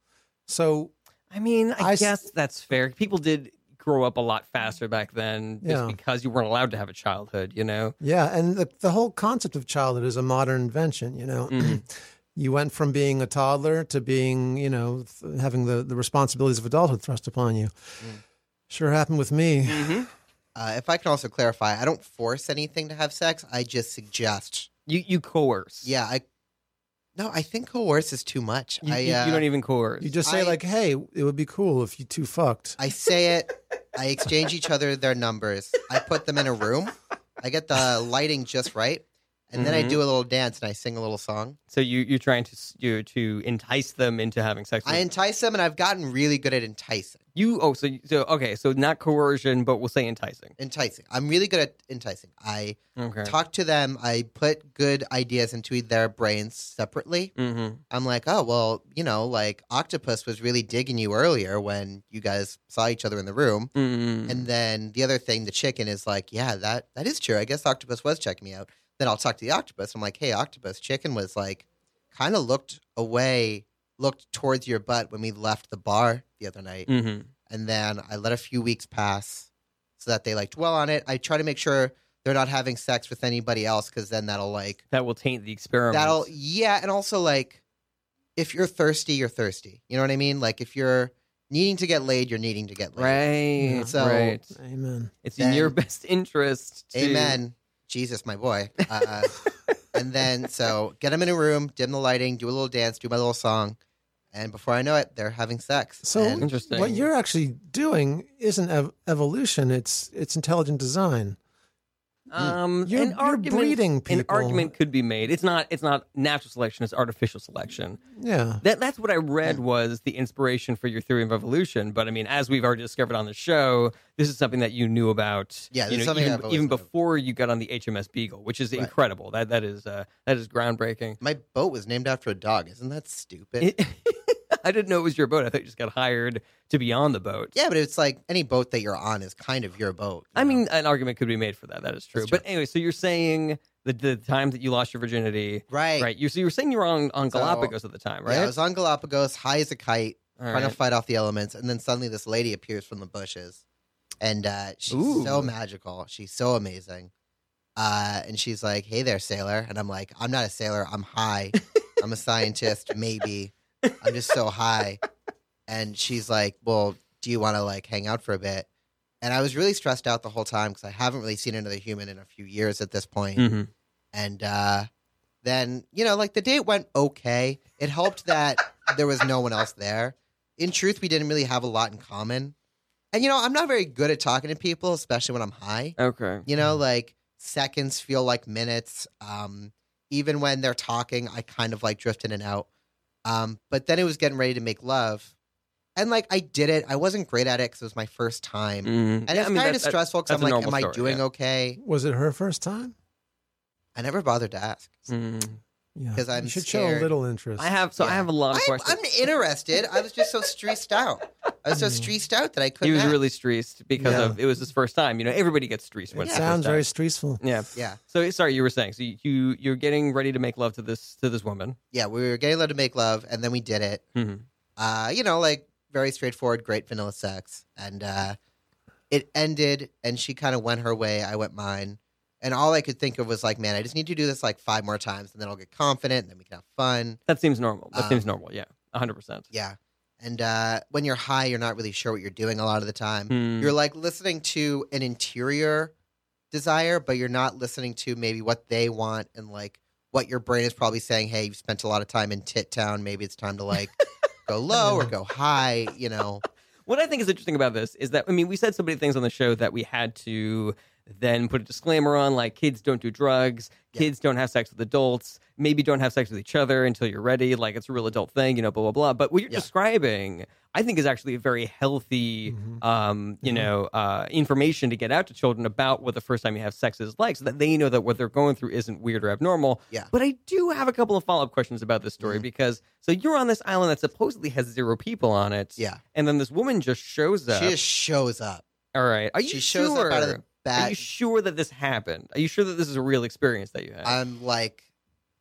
Speaker 5: So
Speaker 2: I mean, I,
Speaker 5: I s-
Speaker 2: guess that's fair. People did grow up a lot faster back then just
Speaker 5: Yeah.
Speaker 2: because you weren't allowed to have a childhood, you know?
Speaker 5: Yeah, and the, the whole concept of childhood is a modern invention. You know,
Speaker 2: Mm-hmm.
Speaker 5: (clears throat) you went from being a toddler to being, you know, th- having the, the responsibilities of adulthood thrust upon you.
Speaker 2: Mm.
Speaker 5: Sure happened with me.
Speaker 2: Mm-hmm.
Speaker 6: Uh, if I can also clarify, I don't force anything to have sex. I just suggest.
Speaker 2: You you coerce.
Speaker 6: Yeah, I. No, I think coerce is too much.
Speaker 2: You,
Speaker 6: I,
Speaker 2: you-
Speaker 6: uh,
Speaker 2: you don't even coerce.
Speaker 5: You just say
Speaker 6: I-
Speaker 5: like, "Hey, it would be cool if you two fucked."
Speaker 6: I say it. I exchange each other their numbers. I put them in a room. I get the lighting just right, and then I
Speaker 2: Mhm.
Speaker 6: do a little dance and I sing a little song.
Speaker 2: so you you're trying to s- you to entice them into having sex. With
Speaker 6: I entice them, and I've gotten really good at enticing.
Speaker 2: you. Oh, so you- so okay, so not coercion, but we'll say enticing.
Speaker 6: Enticing. I'm really good at enticing. I
Speaker 2: Okay.
Speaker 6: talk to them. I put good ideas into their brains separately.
Speaker 2: Mm-hmm.
Speaker 6: I'm like, oh well, you know, like octopus was really digging you earlier when you guys saw each other in the room.
Speaker 2: Mm-hmm.
Speaker 6: And then the other thing, the chicken is like, yeah, that that is true. I guess octopus was checking me out. Then I'll talk to the octopus. I'm like, hey, octopus, chicken was like, kind of looked away, looked towards your butt when we left the bar the other night.
Speaker 2: Mm-hmm.
Speaker 6: And then I let a few weeks pass so that they like dwell on it. I try to make sure they're not having sex with anybody else because then that'll like
Speaker 2: That will taint the experiment.
Speaker 6: that'll yeah, and also like if you're thirsty, you're thirsty. You know what I mean? Like if you're needing to get laid, you're needing to get laid.
Speaker 2: Right.
Speaker 6: So-
Speaker 2: right.
Speaker 5: Amen.
Speaker 2: It's in your best interest. To,
Speaker 6: Amen. Jesus, my boy.
Speaker 2: (laughs)
Speaker 6: Uh, and then, so get them in a room, dim the lighting, do a little dance, do my little song. And before I know it, they're having sex.
Speaker 5: So-
Speaker 6: And
Speaker 2: Interesting.
Speaker 5: What you're actually doing isn't ev- evolution; it's it's intelligent design.
Speaker 2: um,
Speaker 5: You're-
Speaker 2: an
Speaker 5: you're
Speaker 2: argument,
Speaker 5: breeding
Speaker 2: An
Speaker 5: people.
Speaker 2: argument could be made. It's not. It's not natural selection. It's artificial selection.
Speaker 5: Yeah.
Speaker 2: That that's what I read was the inspiration for your theory of evolution. But I mean, as we've already discovered on the show, this is something that you knew about.
Speaker 6: Yeah, this
Speaker 2: you
Speaker 6: is
Speaker 2: know,
Speaker 6: something I've
Speaker 2: even,
Speaker 6: always
Speaker 2: even
Speaker 6: known.
Speaker 2: before you got on the HMS Beagle, which is
Speaker 6: Right.
Speaker 2: incredible. That that is uh, that is groundbreaking.
Speaker 6: my boat was named after a dog. Isn't that stupid?
Speaker 2: It- (laughs) I didn't know it was your boat. I thought you just got hired to be on the boat.
Speaker 6: yeah, but it's like any boat that you're on is kind of your boat. you
Speaker 2: I
Speaker 6: know?
Speaker 2: mean, an argument could be made for that. That is true.
Speaker 6: That's true.
Speaker 2: But anyway, so you're saying the the time that you lost your virginity,
Speaker 6: right.
Speaker 2: right? You so you were saying you were on, on
Speaker 6: So-
Speaker 2: Galapagos at the time, right?
Speaker 6: Yeah, I was on Galapagos, high as a kite,
Speaker 2: All
Speaker 6: trying
Speaker 2: right.
Speaker 6: to fight off the elements. And then suddenly this lady appears from the bushes. And uh, she's
Speaker 2: Ooh.
Speaker 6: so magical. She's so amazing. Uh, and she's like, hey there, sailor. And I'm like, I'm not a sailor.
Speaker 2: (laughs)
Speaker 6: I'm high. I'm a scientist, maybe. I'm just so high. And she's like, well, do you want to like hang out for a bit? And I was really stressed out the whole time because I haven't really seen another human in a few years at this point
Speaker 2: Mhm.
Speaker 6: and uh, then you know like the date went okay it helped
Speaker 2: (laughs)
Speaker 6: that there was no one else there in truth we didn't really have a lot in common and you know i'm not very good at talking to people especially when i'm high
Speaker 2: Okay.
Speaker 6: you know like seconds feel like minutes um, even when they're talking i kind of like drift in and out um, but then it was getting ready to make love and like i did it i wasn't great at it because it was my first time
Speaker 2: Mm.
Speaker 6: and
Speaker 2: Yeah,
Speaker 6: it's
Speaker 2: I mean,
Speaker 6: kind
Speaker 2: that-
Speaker 6: of
Speaker 2: that-
Speaker 6: stressful because
Speaker 2: that's
Speaker 6: i'm
Speaker 2: a
Speaker 6: like am
Speaker 2: normal
Speaker 6: i
Speaker 2: story,
Speaker 6: doing
Speaker 2: yeah.
Speaker 6: okay
Speaker 5: Was it her first time?
Speaker 6: i never bothered to ask
Speaker 2: Mm.
Speaker 5: Yeah.
Speaker 6: 'Cause I'm
Speaker 5: you should show
Speaker 6: scared.
Speaker 5: a little interest.
Speaker 2: I have so I
Speaker 6: Yeah.
Speaker 2: have a lot of
Speaker 6: I'm,
Speaker 2: questions.
Speaker 6: I'm interested. I was just so stressed out. I was so
Speaker 5: Mm.
Speaker 6: stressed out that I couldn't.
Speaker 2: he was
Speaker 6: act.
Speaker 2: really stressed because
Speaker 5: Yeah.
Speaker 2: of it was his first time. You know, everybody gets stressed when
Speaker 5: It
Speaker 2: it's their
Speaker 5: sounds
Speaker 2: first
Speaker 5: very
Speaker 2: time.
Speaker 5: stressful.
Speaker 2: yeah.
Speaker 6: Yeah,
Speaker 2: So sorry, you were saying so you, you you're getting ready to make love to this to this woman.
Speaker 6: yeah. We were getting allowed to make love, and then we did it.
Speaker 5: Mm-hmm.
Speaker 2: Mhm.
Speaker 6: Uh, you know, like very straightforward, great vanilla sex, and uh, it ended. And she kind of went her way. I went mine. And all I could think of was like, man, I just need to do this like five more times, and then I'll get confident, and then we can have fun.
Speaker 2: That seems normal. That
Speaker 6: Um,
Speaker 2: seems normal. Yeah, hundred percent.
Speaker 6: Yeah. And uh, when you're high, you're not really sure what you're doing a lot of the time.
Speaker 5: Hmm.
Speaker 2: Mm.
Speaker 6: You're like listening to an interior desire, but you're not listening to maybe what they want and like what your brain is probably saying, hey, you've spent a lot of time in tit town. Maybe it's time
Speaker 2: (laughs)
Speaker 6: to like go low or go high, you know?
Speaker 2: What I think is interesting about this is that I mean, we said so many things on the show that we had to then put a disclaimer on, like kids don't do drugs,
Speaker 6: Yeah.
Speaker 2: kids don't have sex with adults, maybe don't have sex with each other until you're ready, like it's a real adult thing, you know, blah blah blah. But what you're
Speaker 6: Yeah.
Speaker 2: describing, I think, is actually a very healthy.
Speaker 5: Mhm.
Speaker 2: Um, you
Speaker 5: Mhm.
Speaker 6: Mm-hmm.
Speaker 2: know, uh, information to get out to children about what the first time you have sex is like, so that they know that what they're going through isn't weird or abnormal.
Speaker 6: Yeah.
Speaker 2: But I do have a couple of follow up questions about this story
Speaker 6: Mhm.
Speaker 2: because so you're on this island that supposedly has zero people on it.
Speaker 6: Yeah.
Speaker 2: And then this woman just shows up.
Speaker 6: She just shows up.
Speaker 2: All right. Are you
Speaker 6: she
Speaker 2: sure?
Speaker 6: shows up out of the
Speaker 2: Are
Speaker 6: bat.
Speaker 2: you sure that this happened? Are you sure that this is a real experience that you had?
Speaker 6: I'm like,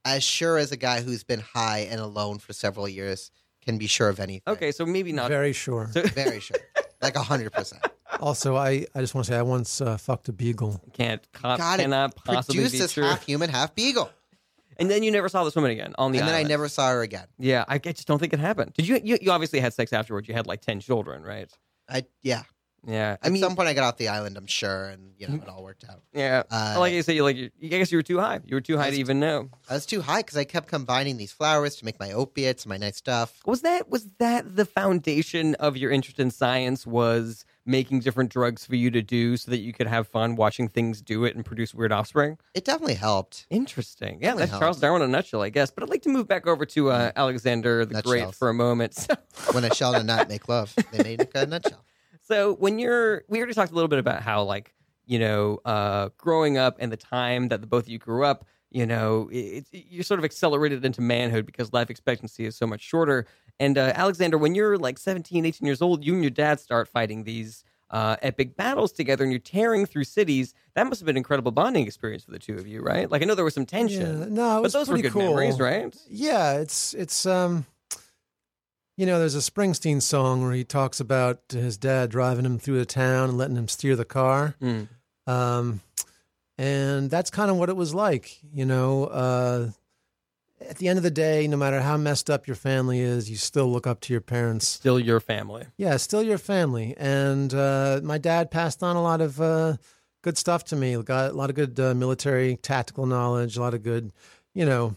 Speaker 6: as sure as a guy who's been high and alone for several years can be sure of anything.
Speaker 2: okay, so maybe not.
Speaker 5: Very sure.
Speaker 2: So-
Speaker 6: Very sure. like 100%.
Speaker 5: also, I, I just want to say I once uh, fucked a beagle.
Speaker 2: can't co-
Speaker 6: Gotta
Speaker 2: cannot (laughs) possibly
Speaker 6: Produce
Speaker 2: be
Speaker 6: this
Speaker 2: true.
Speaker 6: half human, half beagle.
Speaker 2: And then you never saw this woman again on the
Speaker 6: and then I
Speaker 2: island.
Speaker 6: never saw her again.
Speaker 2: Yeah, I I just don't think it happened. Did you? You, you obviously had sex afterwards. You had like ten children, right?
Speaker 6: I yeah.
Speaker 2: Yeah. I
Speaker 6: At
Speaker 2: mean, Mm-hmm.
Speaker 6: some point, I got off the island. I'm sure, and you know, it all worked out.
Speaker 2: yeah.
Speaker 6: Uh,
Speaker 2: like I said, you like. you- I guess you were too high. You were too high to
Speaker 6: That's-
Speaker 2: even know.
Speaker 6: I was too high because I kept combining these flowers to make my opiates, my nice stuff.
Speaker 2: was that was that the foundation of your interest in science was making different drugs for you to do so that you could have fun watching things do it and produce weird offspring
Speaker 6: It definitely helped.
Speaker 2: interesting yeah that's
Speaker 6: Definitely
Speaker 2: charles darwin in a nutshell i guess but i'd like to move back over to uh, alexander the great
Speaker 6: Nutshells.
Speaker 2: for a moment (laughs) so,
Speaker 6: When a shell and a nut make love, they made a nutshell.
Speaker 2: so when you're we already talked a little bit about how like you know uh, growing up and the time that the both of you grew up you know it, it- you're sort of accelerated into manhood because life expectancy is so much shorter and uh, alexander when you're like 17 18 years old you and your dad start fighting these uh, epic battles together and you're tearing through cities that must have been an incredible bonding experience for the two of you right like i know there was some tension
Speaker 5: Yeah, no, it
Speaker 2: but
Speaker 5: was
Speaker 2: those were
Speaker 5: pretty
Speaker 2: good
Speaker 5: cool.
Speaker 2: memories right
Speaker 5: Yeah, it's it's um you know, there's a Springsteen song where he talks about his dad driving him through the town and letting him steer the car.
Speaker 2: Mm.
Speaker 5: Um and that's kind of what it was like, you know, uh at the end of the day, no matter how messed up your family is, you still look up to your parents.
Speaker 2: Still your family.
Speaker 5: Yeah, still your family. And uh, my dad passed on a lot of uh, good stuff to me. Got a lot of good uh, military tactical knowledge, a lot of good, you know,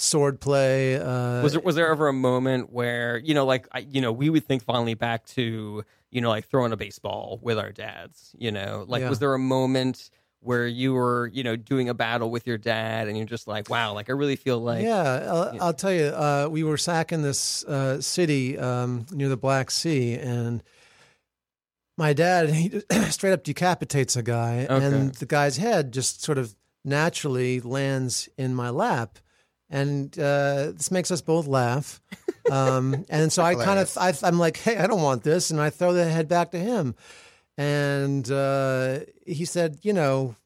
Speaker 5: sword play. Uh,
Speaker 2: was there was there ever a moment where you know like I, you know we would think fondly back to you know like throwing a baseball with our dads you know like
Speaker 5: Yeah.
Speaker 2: was there a moment where you were you know doing a battle with your dad and you're just like wow like I really feel like
Speaker 5: yeah, I'll, I'll tell you. Uh, we were sacking this uh, city um, near the Black Sea, and my dad he just (clears throat) straight up decapitates a guy,
Speaker 2: Okay.
Speaker 5: and the guy's head just sort of naturally lands in my lap, and uh, this makes us both
Speaker 2: (laughs)
Speaker 5: laugh. Um, and so I kind of I, I'm like, hey, I don't want this, and I throw the head back to him, and uh, he said, you know.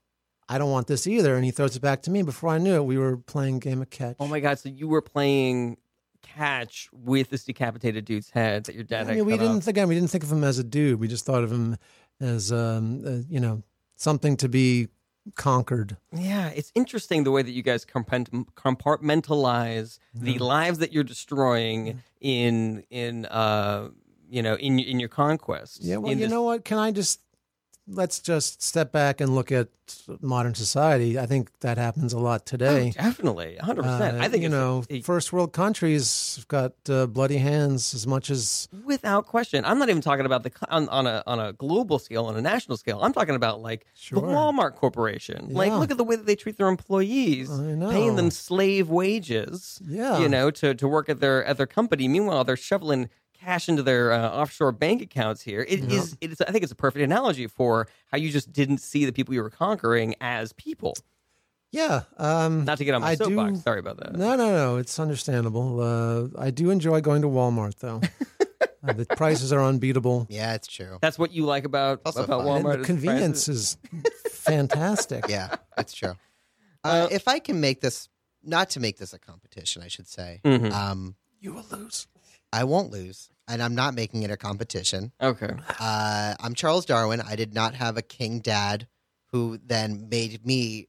Speaker 5: I don't want this either, and he throws it back to me. Before I knew it, we were playing game of catch.
Speaker 2: oh my god so you were playing catch with this decapitated dude's head that your dad
Speaker 5: I
Speaker 2: had
Speaker 5: mean, we
Speaker 2: cut
Speaker 5: didn't
Speaker 2: off.
Speaker 5: again. We didn't think of him as a dude. We just thought of him as um, uh, you know something to be conquered.
Speaker 2: Yeah, it's interesting the way that you guys compartment- compartmentalize the
Speaker 5: Mm-hmm.
Speaker 2: lives that you're destroying in in uh you know in in your conquests.
Speaker 1: Yeah,
Speaker 5: Well,
Speaker 2: in
Speaker 5: you
Speaker 2: this-
Speaker 5: know what? Can I just let's just step back and look at modern society? I think that happens a lot
Speaker 2: Oh,
Speaker 5: today.
Speaker 2: definitely, hundred percent.
Speaker 5: Uh,
Speaker 2: I think
Speaker 5: you
Speaker 2: it's
Speaker 5: know
Speaker 2: a-
Speaker 5: first world countries have got uh, bloody hands as much as
Speaker 2: without question. I'm not even talking about the co- on, on a on a global scale, on a national scale. I'm talking about like
Speaker 5: Sure.
Speaker 2: the Walmart Corporation. Like,
Speaker 5: Yeah.
Speaker 2: look at the way that they treat their employees,
Speaker 5: I know.
Speaker 2: paying them slave wages.
Speaker 5: Yeah.
Speaker 2: you know, to to work at their at their company. Meanwhile, they're shoveling cash into their uh, offshore bank accounts. Here, It is. It is. I think it's a perfect analogy for how you just didn't see the people you were conquering as people.
Speaker 5: yeah. Um,
Speaker 2: Not to get on my
Speaker 5: I do-
Speaker 2: soapbox. Sorry about that.
Speaker 5: No, no, no. It's understandable. Uh, I do enjoy going to Walmart
Speaker 2: (laughs)
Speaker 5: though. Uh, the prices are unbeatable.
Speaker 6: Yeah, it's true.
Speaker 2: That's what you like about
Speaker 6: Also
Speaker 2: about
Speaker 6: fun.
Speaker 5: And
Speaker 2: Walmart.
Speaker 5: the
Speaker 2: is
Speaker 5: convenience
Speaker 2: prices.
Speaker 5: is fantastic.
Speaker 6: (laughs) Yeah, it's true. Uh, if I can make this, not to make this a competition, I should say,
Speaker 2: Mhm.
Speaker 6: um,
Speaker 5: You will lose.
Speaker 6: I won't lose, and I'm not making it a competition.
Speaker 2: Okay.
Speaker 6: Uh, I'm Charles Darwin. I did not have a king dad who then made me,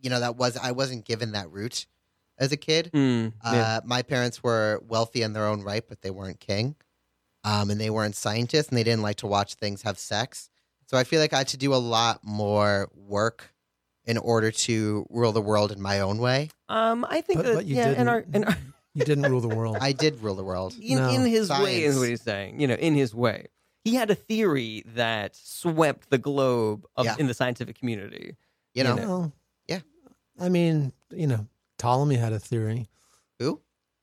Speaker 6: you know, that was, I wasn't given that route as a kid.
Speaker 2: Mm, yeah.
Speaker 6: Uh, my parents were wealthy in their own right, but they weren't king. Um, and they weren't scientists and they didn't like to watch things have sex. So I feel like I had to do a lot more work in order to rule the world in my own way.
Speaker 2: Um, I think
Speaker 5: But-
Speaker 2: that
Speaker 5: but you
Speaker 2: yeah, in
Speaker 5: didn't.
Speaker 2: our in our
Speaker 5: You didn't rule the world.
Speaker 6: (laughs) I did rule the world.
Speaker 2: (laughs) in,
Speaker 5: No.
Speaker 2: in his way is
Speaker 6: Science.
Speaker 2: what he's saying. You know, in his way, he had a theory that swept the globe of,
Speaker 6: Yeah.
Speaker 2: in the scientific community.
Speaker 6: You know,
Speaker 5: Well,
Speaker 6: Yeah.
Speaker 5: I mean, you know, Ptolemy had a theory.
Speaker 6: who?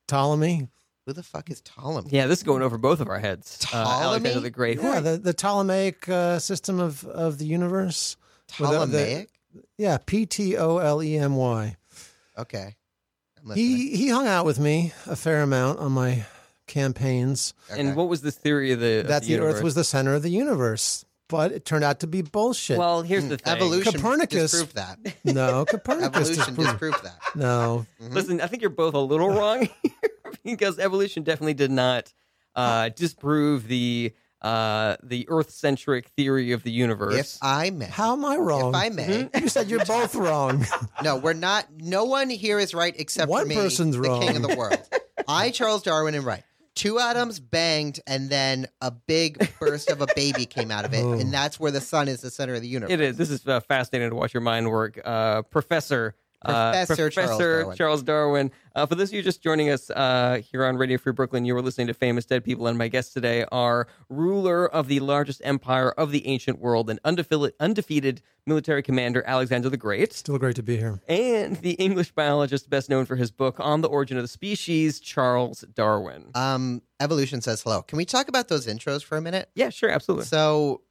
Speaker 5: Ptolemy?
Speaker 6: Who the fuck is Ptolemy?
Speaker 2: Yeah, this is going over both of our heads. Uh,
Speaker 6: Ptolemy?
Speaker 2: Alexander the Great.
Speaker 5: Yeah, the, the Ptolemaic uh, system of, of the universe. Well, the- the-
Speaker 6: Ptolemaic?
Speaker 5: Yeah, P T O L E M Y.
Speaker 6: okay. I'm listening.
Speaker 5: He he hung out with me a fair amount on my campaigns.
Speaker 6: Okay.
Speaker 2: And what was this theory of the of
Speaker 5: that the, Earth
Speaker 2: universe?
Speaker 5: (laughs) was the center of the universe, but it turned out to be bullshit.
Speaker 2: Well, here's the
Speaker 6: Mm,
Speaker 2: thing.
Speaker 6: Evolution
Speaker 5: Copernicus-
Speaker 6: disproved that.
Speaker 5: no, Copernicus
Speaker 6: Evolution
Speaker 5: disproved-
Speaker 6: disproved that.
Speaker 5: No,
Speaker 2: (laughs) Listen, I think you're both a little wrong (laughs) here because evolution definitely did not uh, disprove the uh, the Earth-centric theory of the universe.
Speaker 6: If I may.
Speaker 5: how am I wrong? Mm-hmm.
Speaker 6: If I may.
Speaker 5: You said you're
Speaker 6: (laughs)
Speaker 5: both wrong.
Speaker 6: No, we're not. No one here is right except
Speaker 5: One
Speaker 6: for me,
Speaker 5: person's
Speaker 6: the
Speaker 5: wrong.
Speaker 6: king of the world. I, Charles Darwin, am right. Two atoms banged, and then a big burst of a baby came out of it,
Speaker 5: Oh.
Speaker 6: and that's where the sun is the center of the universe.
Speaker 2: It is. This is uh, fascinating to watch your mind work, uh, Professor. uh,
Speaker 6: Professor Charles
Speaker 2: Professor
Speaker 6: Darwin.
Speaker 2: Charles Darwin. Uh, for those of you just joining us uh, here on Radio Free Brooklyn, you are listening to Famous Dead People, and my guests today are ruler of the largest empire of the ancient world and undefe- undefeated military commander Alexander the Great
Speaker 5: Still great to be here.
Speaker 2: and the English biologist best known for his book On the Origin of the Species, Charles Darwin.
Speaker 6: Um, evolution says hello. Can we talk about those intros for a minute?
Speaker 2: yeah, sure, absolutely.
Speaker 6: So,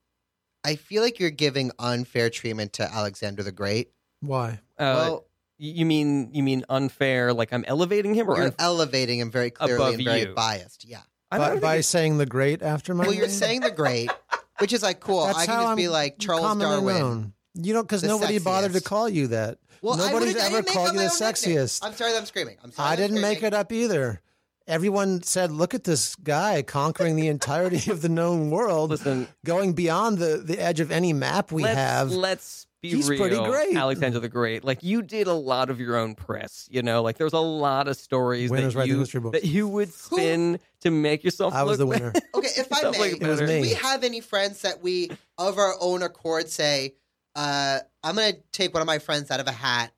Speaker 6: I feel like you're giving unfair treatment to Alexander the Great.
Speaker 5: Why?
Speaker 2: Uh,
Speaker 6: well,
Speaker 2: y- you mean you mean unfair? Like I'm elevating him, or
Speaker 6: you're
Speaker 2: unf-
Speaker 6: elevating him very
Speaker 2: Above
Speaker 6: clearly and very
Speaker 2: you.
Speaker 6: biased. Yeah.
Speaker 2: I don't
Speaker 5: by
Speaker 2: think
Speaker 5: by
Speaker 2: it's-
Speaker 5: saying the great after my
Speaker 6: Well, you're
Speaker 5: name?
Speaker 6: saying the Great, which is like cool.
Speaker 5: That's
Speaker 6: I can
Speaker 5: how
Speaker 6: just
Speaker 5: I'm
Speaker 6: be like Charles
Speaker 5: commonly
Speaker 6: Darwin.
Speaker 5: Mm-hmm. known. You don't because
Speaker 6: the
Speaker 5: nobody bothered to
Speaker 6: sexiest.
Speaker 5: call you that.
Speaker 6: Well, I
Speaker 5: Nobody's
Speaker 6: wouldn't- I
Speaker 5: ever
Speaker 6: didn't make
Speaker 5: called
Speaker 6: up
Speaker 5: you
Speaker 6: my
Speaker 5: the
Speaker 6: own nickname.
Speaker 5: sexiest.
Speaker 6: I'm sorry that I'm screaming. I'm sorry.
Speaker 5: I
Speaker 6: that I'm
Speaker 5: didn't make
Speaker 6: screaming.
Speaker 5: it up either. Everyone said, "Look at this guy conquering the entirety of the known world,
Speaker 2: Listen.
Speaker 5: going beyond the, the edge of any map we
Speaker 2: let's,
Speaker 5: have."
Speaker 2: Let's be
Speaker 5: He's
Speaker 2: real,
Speaker 5: pretty great.
Speaker 2: Alexander the Great. Like you did a lot of your own press, you know. Like there's a lot of stories
Speaker 5: Winners
Speaker 2: that
Speaker 5: write the
Speaker 2: you
Speaker 5: history books.
Speaker 2: that you would spin to make yourself.
Speaker 5: I was
Speaker 2: look
Speaker 5: the
Speaker 6: (laughs)
Speaker 5: winner.
Speaker 6: Okay, if I
Speaker 2: Sounds
Speaker 6: may,
Speaker 2: like
Speaker 5: it was
Speaker 6: do
Speaker 5: me.
Speaker 6: we have any friends that we, of our own accord, say, uh, I'm going to take one of my friends out of a hat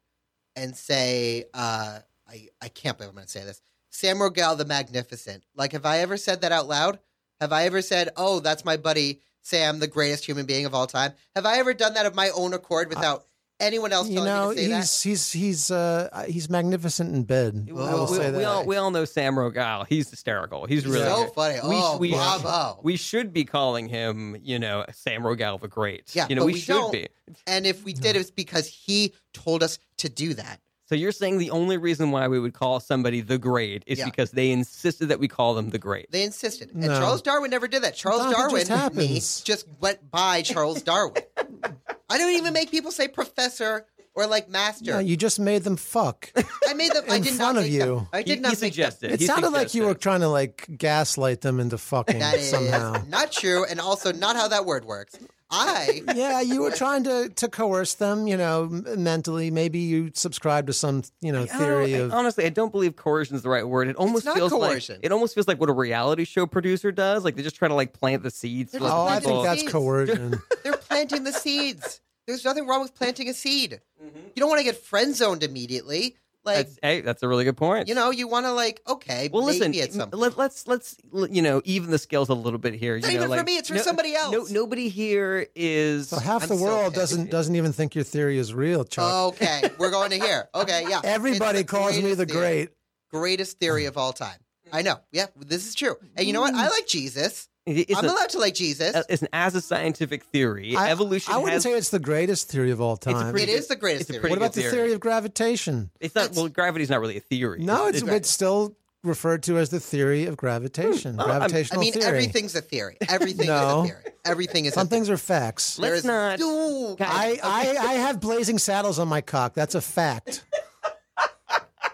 Speaker 6: and say, uh, I, I can't believe I'm going to say this, Sam Rogel the Magnificent. Like, have I ever said that out loud? Have I ever said, oh, that's my buddy Sam, the greatest human being of all time? Have I ever done that of my own accord without anyone else
Speaker 5: you
Speaker 6: telling
Speaker 5: know,
Speaker 6: me to say that?
Speaker 5: he's he's he's uh, he's magnificent in bed. I will
Speaker 2: (laughs) we,
Speaker 5: say
Speaker 2: we
Speaker 5: that.
Speaker 2: all we all know Sam Rogal. He's hysterical. He's
Speaker 6: He's
Speaker 2: really
Speaker 6: so
Speaker 2: good.
Speaker 6: funny. oh,
Speaker 2: we-
Speaker 6: bravo.
Speaker 2: We should be calling him, you know, Sam Rogal the Great.
Speaker 6: Yeah,
Speaker 2: you know,
Speaker 6: but
Speaker 2: we,
Speaker 6: we
Speaker 2: should
Speaker 6: don't.
Speaker 2: be.
Speaker 6: and if we did, it's because he told us to do that.
Speaker 2: So you're saying the only reason why we would call somebody the Great is
Speaker 6: Yeah.
Speaker 2: because they insisted that we call them the Great.
Speaker 6: They insisted. And
Speaker 5: No.
Speaker 6: Charles Darwin never did that. Charles
Speaker 5: Nothing
Speaker 6: Darwin
Speaker 5: just
Speaker 6: just, me,
Speaker 5: happens.
Speaker 6: just went by
Speaker 5: (laughs)
Speaker 6: Charles Darwin. I don't even make people say professor or like master.
Speaker 5: No, you just made them fuck.
Speaker 6: I made them. I
Speaker 5: in
Speaker 6: did
Speaker 5: front
Speaker 6: not
Speaker 5: of
Speaker 6: make them.
Speaker 5: you.
Speaker 6: I did
Speaker 2: he,
Speaker 6: not
Speaker 2: he
Speaker 6: make them.
Speaker 2: suggested.
Speaker 5: It
Speaker 2: he
Speaker 5: sounded like you were
Speaker 2: suggested.
Speaker 5: trying to like gaslight them into fucking
Speaker 6: That is (laughs)
Speaker 5: somehow.
Speaker 6: not true, and also not how that word works. I
Speaker 5: yeah, you were trying to to coerce them, you know, m- mentally. Maybe you subscribe to some, you know,
Speaker 2: I don't know,
Speaker 5: theory
Speaker 2: I-
Speaker 5: of
Speaker 2: honestly, I don't believe coercion is the right word. It almost
Speaker 6: not
Speaker 2: feels
Speaker 6: coercion.
Speaker 2: like it almost feels like what a reality show producer does. Like they just try to like plant the seeds.
Speaker 6: They're
Speaker 2: for
Speaker 6: just
Speaker 5: Oh, I
Speaker 2: people.
Speaker 5: think that's
Speaker 6: Seeds. (laughs)
Speaker 5: coercion.
Speaker 6: they're planting the seeds. There's nothing wrong with planting a seed. You don't want to get friend zoned immediately. Like
Speaker 2: That's- hey, that's a really good point.
Speaker 6: you know, you want to like okay,
Speaker 2: well,
Speaker 6: maybe
Speaker 2: listen.
Speaker 6: it's something.
Speaker 2: Let, us let's you know even the scales a little bit here.
Speaker 6: It's
Speaker 2: you
Speaker 6: not
Speaker 2: know,
Speaker 6: even for
Speaker 2: like,
Speaker 6: me, it's for somebody else.
Speaker 2: No, nobody here is.
Speaker 5: So half
Speaker 6: I'm
Speaker 5: the
Speaker 6: so
Speaker 5: world
Speaker 6: pissed.
Speaker 5: doesn't doesn't even think your theory is real, Chuck.
Speaker 6: Okay, we're going to here. Okay, yeah.
Speaker 5: Everybody
Speaker 6: It's Oh, the
Speaker 5: calls me
Speaker 6: greatest
Speaker 5: the
Speaker 6: theory.
Speaker 5: great.
Speaker 6: greatest theory of all time. I know. Yeah, this is true. And you know what? I like Jesus.
Speaker 2: it's
Speaker 6: I'm
Speaker 2: a-
Speaker 6: allowed to like Jesus.
Speaker 2: it's an as a scientific theory.
Speaker 5: I-
Speaker 2: evolution.
Speaker 5: I, wouldn't
Speaker 2: has,
Speaker 5: say it's the greatest theory of all
Speaker 2: a
Speaker 5: time.
Speaker 2: pretty
Speaker 6: it is the greatest
Speaker 2: it's a
Speaker 6: theory.
Speaker 2: pretty
Speaker 5: what about
Speaker 2: good
Speaker 5: the
Speaker 2: theory.
Speaker 5: theory of gravitation?
Speaker 2: It's not.
Speaker 6: It's-
Speaker 2: well, gravity's not really a theory.
Speaker 5: No, it's
Speaker 6: Right.
Speaker 5: it's still referred to as the theory of gravitation.
Speaker 2: I'm-
Speaker 5: Gravitational
Speaker 6: Hmm. I mean,
Speaker 5: theory.
Speaker 6: everything's a theory. Everything
Speaker 5: No.
Speaker 6: is a theory. Everything is
Speaker 5: Some
Speaker 6: a theory.
Speaker 5: things are facts.
Speaker 2: Let's
Speaker 6: is-
Speaker 2: not.
Speaker 6: Ooh,
Speaker 2: Guys,
Speaker 5: I,
Speaker 2: (laughs)
Speaker 5: I, I have blazing saddles on my cock. That's a fact.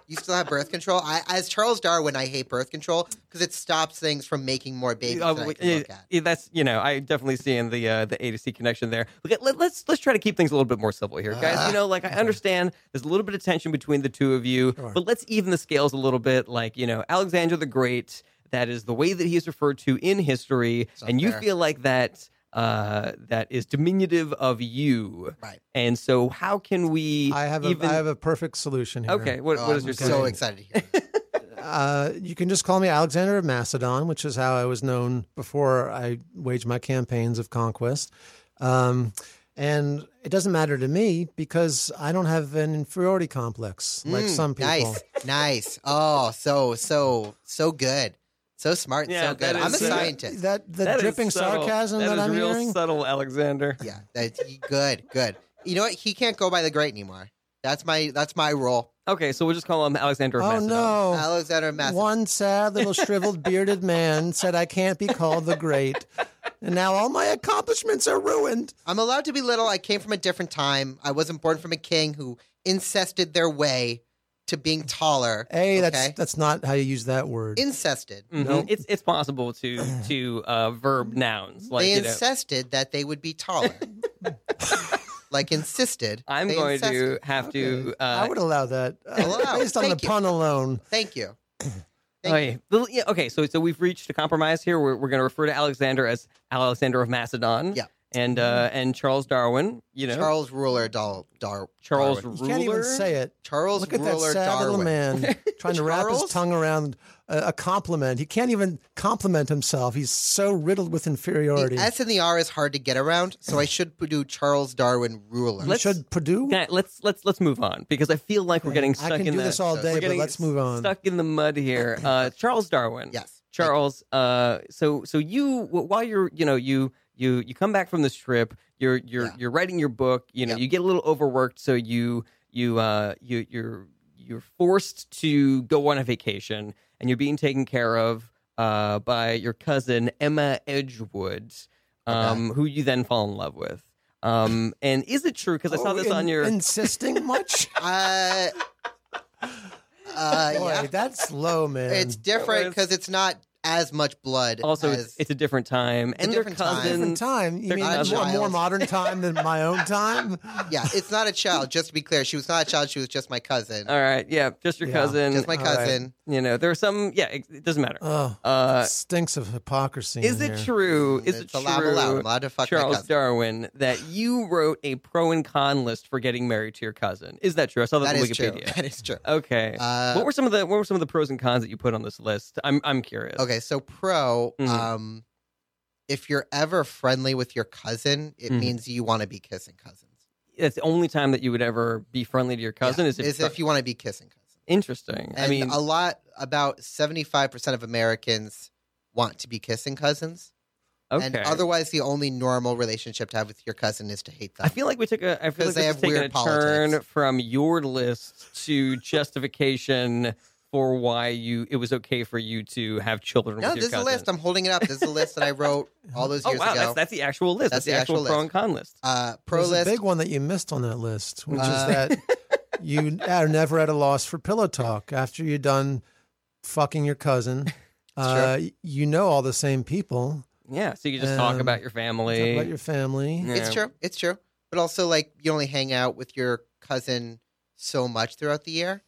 Speaker 6: you still have birth control? I, as Charles Darwin, I hate birth control because it stops things from making more babies
Speaker 2: Uh,
Speaker 6: that I
Speaker 2: w-
Speaker 6: can
Speaker 2: yeah,
Speaker 6: look at.
Speaker 2: yeah, that's you know I definitely see in the uh, the A to C connection there. Look, let, us let's try to keep things a little bit more civil here, guys.
Speaker 5: (laughs)
Speaker 2: you know, like I understand there's a little bit of tension between the two of you, but let's even the scales a little bit. Like you know, Alexander the Great, that is the way that he is referred to in history, and you
Speaker 6: unfair.
Speaker 2: feel like that uh, that is diminutive of you,
Speaker 6: Right.
Speaker 2: And so, how can we?
Speaker 5: I have a I
Speaker 2: E- even
Speaker 5: have a perfect solution here.
Speaker 2: okay. What,
Speaker 6: Oh,
Speaker 2: what is
Speaker 6: I'm
Speaker 2: your
Speaker 6: so
Speaker 2: solution?
Speaker 6: excited to hear. it.
Speaker 5: Uh, you can just call me Alexander of Macedon, which is how I was known before I waged my campaigns of conquest. Um, and it doesn't matter to me because I don't have an inferiority complex like some people.
Speaker 6: Mm, Nice, nice. Oh, so so so good, so smart, and
Speaker 2: Yeah,
Speaker 6: so good.
Speaker 2: that
Speaker 6: I'm a
Speaker 2: is, uh,
Speaker 6: scientist.
Speaker 5: That the
Speaker 2: That is
Speaker 5: dripping
Speaker 2: subtle.
Speaker 5: sarcasm that,
Speaker 2: is
Speaker 5: I'm
Speaker 2: real
Speaker 5: hearing.
Speaker 2: subtle, Alexander.
Speaker 6: Yeah, that's good, good. You know what? He can't go by the great anymore. That's my that's my rule.
Speaker 2: Okay, so we'll just call him Alexander. Of
Speaker 5: oh
Speaker 2: Macedon.
Speaker 5: no.
Speaker 6: Alexander Macedon.
Speaker 5: One sad little shriveled bearded man said, I can't be called the great. And now all my accomplishments are ruined.
Speaker 6: I'm allowed to be little. I came from a different time. I wasn't born from a king who incested their way to being taller.
Speaker 5: Hey, that's
Speaker 6: okay?
Speaker 5: that's not how you use that word.
Speaker 6: incested.
Speaker 2: Mhm. It's it's possible
Speaker 5: (clears throat)
Speaker 2: to to uh, verb nouns like uh,
Speaker 6: they
Speaker 2: you know.
Speaker 6: insisted that they would
Speaker 5: (laughs)
Speaker 6: be taller. like insisted.
Speaker 2: I'm
Speaker 6: They
Speaker 2: going
Speaker 6: incested.
Speaker 2: to have to.
Speaker 5: I
Speaker 2: Uh,
Speaker 5: would allow that. Uh,
Speaker 6: Allow.
Speaker 5: Based on
Speaker 6: Thank
Speaker 5: the
Speaker 6: you.
Speaker 5: pun alone.
Speaker 6: Thank you.
Speaker 2: oh, yeah. Well, yeah, okay, so so we've reached a compromise here. We're, we're going to refer to Alexander as Alexander of Macedon.
Speaker 6: Yeah.
Speaker 2: and uh,
Speaker 5: Mm-hmm.
Speaker 2: and Charles Darwin. You know, Charles,
Speaker 6: Charles Ruler Dar, Dar, Darwin.
Speaker 5: You
Speaker 2: Ruler.
Speaker 5: can't even say it.
Speaker 6: Charles
Speaker 5: Look at that
Speaker 6: Ruler
Speaker 5: sad little
Speaker 6: Darwin. (laughs)
Speaker 5: man trying to wrap his
Speaker 6: Charles?
Speaker 5: tongue around a, a compliment. He can't even compliment himself. He's so riddled with inferiority.
Speaker 6: The S and the R is hard to get around, so I should do Charles Darwin Ruler.
Speaker 5: You
Speaker 2: Let's-
Speaker 5: should Purdue.
Speaker 2: Guy, let's let's let's move on because I feel like we're getting
Speaker 5: I
Speaker 2: stuck
Speaker 5: can
Speaker 2: in
Speaker 5: do
Speaker 2: the,
Speaker 5: this all day,
Speaker 2: we're
Speaker 5: but
Speaker 2: getting
Speaker 5: let's move on.
Speaker 2: Stuck in the mud
Speaker 6: (laughs)
Speaker 2: here. Uh, Charles Darwin.
Speaker 6: Yes.
Speaker 2: Charles, uh, so so you wh- while you're you know you you you come back from this trip, you're you're
Speaker 6: Yeah.
Speaker 2: you're writing your book. You know
Speaker 6: Yeah.
Speaker 2: you get a little overworked, so you you uh, you you're you're forced to go on a vacation, and you're being taken care of uh, by your cousin Emma Edgewood, um, who you then fall in love with. Um, and is it true? Because I saw
Speaker 6: Oh,
Speaker 5: Are we
Speaker 2: this on
Speaker 5: in-
Speaker 2: your
Speaker 5: insisting much.
Speaker 6: Uh, uh,
Speaker 5: Boy,
Speaker 6: yeah.
Speaker 5: (laughs) that's low, man.
Speaker 6: It's different because it's not as much blood.
Speaker 2: Also,
Speaker 6: as,
Speaker 2: it's, it's a different time,
Speaker 6: a
Speaker 2: and they're
Speaker 6: different time.
Speaker 2: cousins.
Speaker 5: Different time. You
Speaker 2: They're
Speaker 5: mean
Speaker 2: not
Speaker 5: a more,
Speaker 6: child.
Speaker 5: more modern time than my own
Speaker 2: (laughs)
Speaker 5: time?
Speaker 6: yeah, it's not a child. Just to be clear, she was not a child. She was just my cousin.
Speaker 2: All right, yeah, just your
Speaker 5: Yeah.
Speaker 2: cousin.
Speaker 6: just my
Speaker 5: All right.
Speaker 6: cousin.
Speaker 2: you know, there are some. Yeah, it, it doesn't matter.
Speaker 5: Oh,
Speaker 2: Uh,
Speaker 5: stinks of hypocrisy.
Speaker 2: is
Speaker 5: in
Speaker 2: it
Speaker 5: here.
Speaker 2: true? Is it
Speaker 6: Mm, it's allowed, allowed. I'm
Speaker 2: true?
Speaker 6: allowed to fuck my
Speaker 2: Charles
Speaker 6: cousin.
Speaker 2: Darwin, that you wrote a pro and con list for getting married to your cousin. Is that true? I saw that, on
Speaker 6: That is true.
Speaker 2: Wikipedia.
Speaker 6: That is true.
Speaker 2: Okay.
Speaker 6: Uh,
Speaker 2: what were some of the what were some of the pros and cons that you put on this list? I'm I'm curious.
Speaker 6: Okay, so pro,
Speaker 2: Mhm.
Speaker 6: um, if you're ever friendly with your cousin, it
Speaker 2: Mhm.
Speaker 6: means you want to be kissing cousins.
Speaker 2: That's the only time that you would ever be friendly to your cousin.
Speaker 6: Yeah,
Speaker 2: Is if,
Speaker 6: is if you want to be kissing cousins.
Speaker 2: interesting?
Speaker 6: And
Speaker 2: I mean,
Speaker 6: a lot about seventy five percent of Americans want to be kissing cousins,
Speaker 2: okay.
Speaker 6: and otherwise the only normal relationship to have with your cousin is to hate them.
Speaker 2: I feel like we took a. I feel like
Speaker 6: 'Cause they
Speaker 2: this
Speaker 6: have
Speaker 2: has taken
Speaker 6: weird
Speaker 2: a
Speaker 6: politics.
Speaker 2: turn from your list to justification for why you it was okay for you to have children.
Speaker 6: no,
Speaker 2: with your
Speaker 6: this is a
Speaker 2: cousin.
Speaker 6: list. I'm holding it up. This is a list that I wrote all those
Speaker 2: (laughs) oh
Speaker 6: years
Speaker 2: wow,
Speaker 6: ago.
Speaker 2: that's, that's the actual list. That's, the, actual, pro
Speaker 6: list.
Speaker 2: and con list.
Speaker 6: uh, pro
Speaker 5: There's
Speaker 6: list.
Speaker 5: a big one that you missed on that list, which
Speaker 6: Uh, (laughs)
Speaker 5: is that you are never at a loss for pillow talk after you're done fucking your cousin. Uh, You know all the same people.
Speaker 2: Yeah, so you can just talk
Speaker 5: um,
Speaker 2: about your
Speaker 5: Talk
Speaker 2: family.
Speaker 5: about your family.
Speaker 2: Yeah.
Speaker 6: It's true. It's true. But also, like, you only hang out with your cousin so much throughout the year.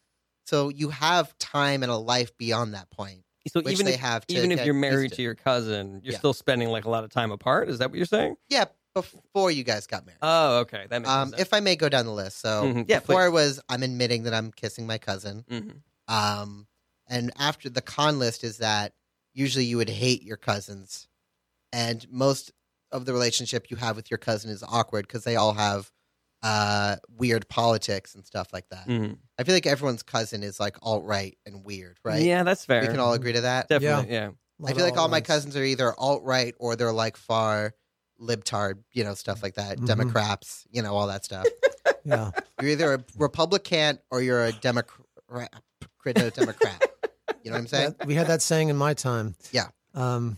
Speaker 6: So you have time and a life beyond that point,
Speaker 2: so
Speaker 6: which
Speaker 2: even
Speaker 6: they
Speaker 2: if,
Speaker 6: have to
Speaker 2: even if
Speaker 6: get
Speaker 2: you're
Speaker 6: used
Speaker 2: married to your cousin, you're
Speaker 6: Yeah.
Speaker 2: still spending like a lot of time apart. Is that what you're saying?
Speaker 6: Yeah, before you guys got married.
Speaker 2: Oh, okay, that makes
Speaker 6: um,
Speaker 2: sense.
Speaker 6: if I may go down the list. So
Speaker 2: Mhm. Yeah,
Speaker 6: before
Speaker 2: please.
Speaker 6: I was, I'm admitting that I'm kissing my cousin.
Speaker 2: Mhm.
Speaker 6: Um, and after the con list is that usually you would hate your cousins, and most of the relationship you have with your cousin is awkward because they all have uh, weird politics and stuff like that.
Speaker 2: Mhm.
Speaker 6: I feel like everyone's cousin is like alt right and weird, right?
Speaker 2: Yeah, that's fair.
Speaker 6: we can all agree to that.
Speaker 2: Definitely, yeah.
Speaker 5: A lot
Speaker 6: I
Speaker 5: of
Speaker 6: feel like all my
Speaker 5: outlines.
Speaker 6: cousins are either alt right or they're like far libtard, you know, stuff like that.
Speaker 5: Mhm.
Speaker 6: Democrats, you know, all that stuff.
Speaker 5: Yeah.
Speaker 6: You're either a Republican or you're a Democrat. Crypto Democrat. You know what I'm saying?
Speaker 5: That- we had that saying in my time.
Speaker 6: Yeah.
Speaker 5: Um,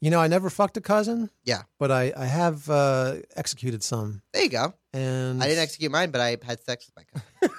Speaker 5: you know, I never fucked a cousin.
Speaker 6: Yeah.
Speaker 5: But I, I have uh, executed some.
Speaker 6: There you go.
Speaker 5: And
Speaker 6: I didn't execute mine, but I had sex with my cousin.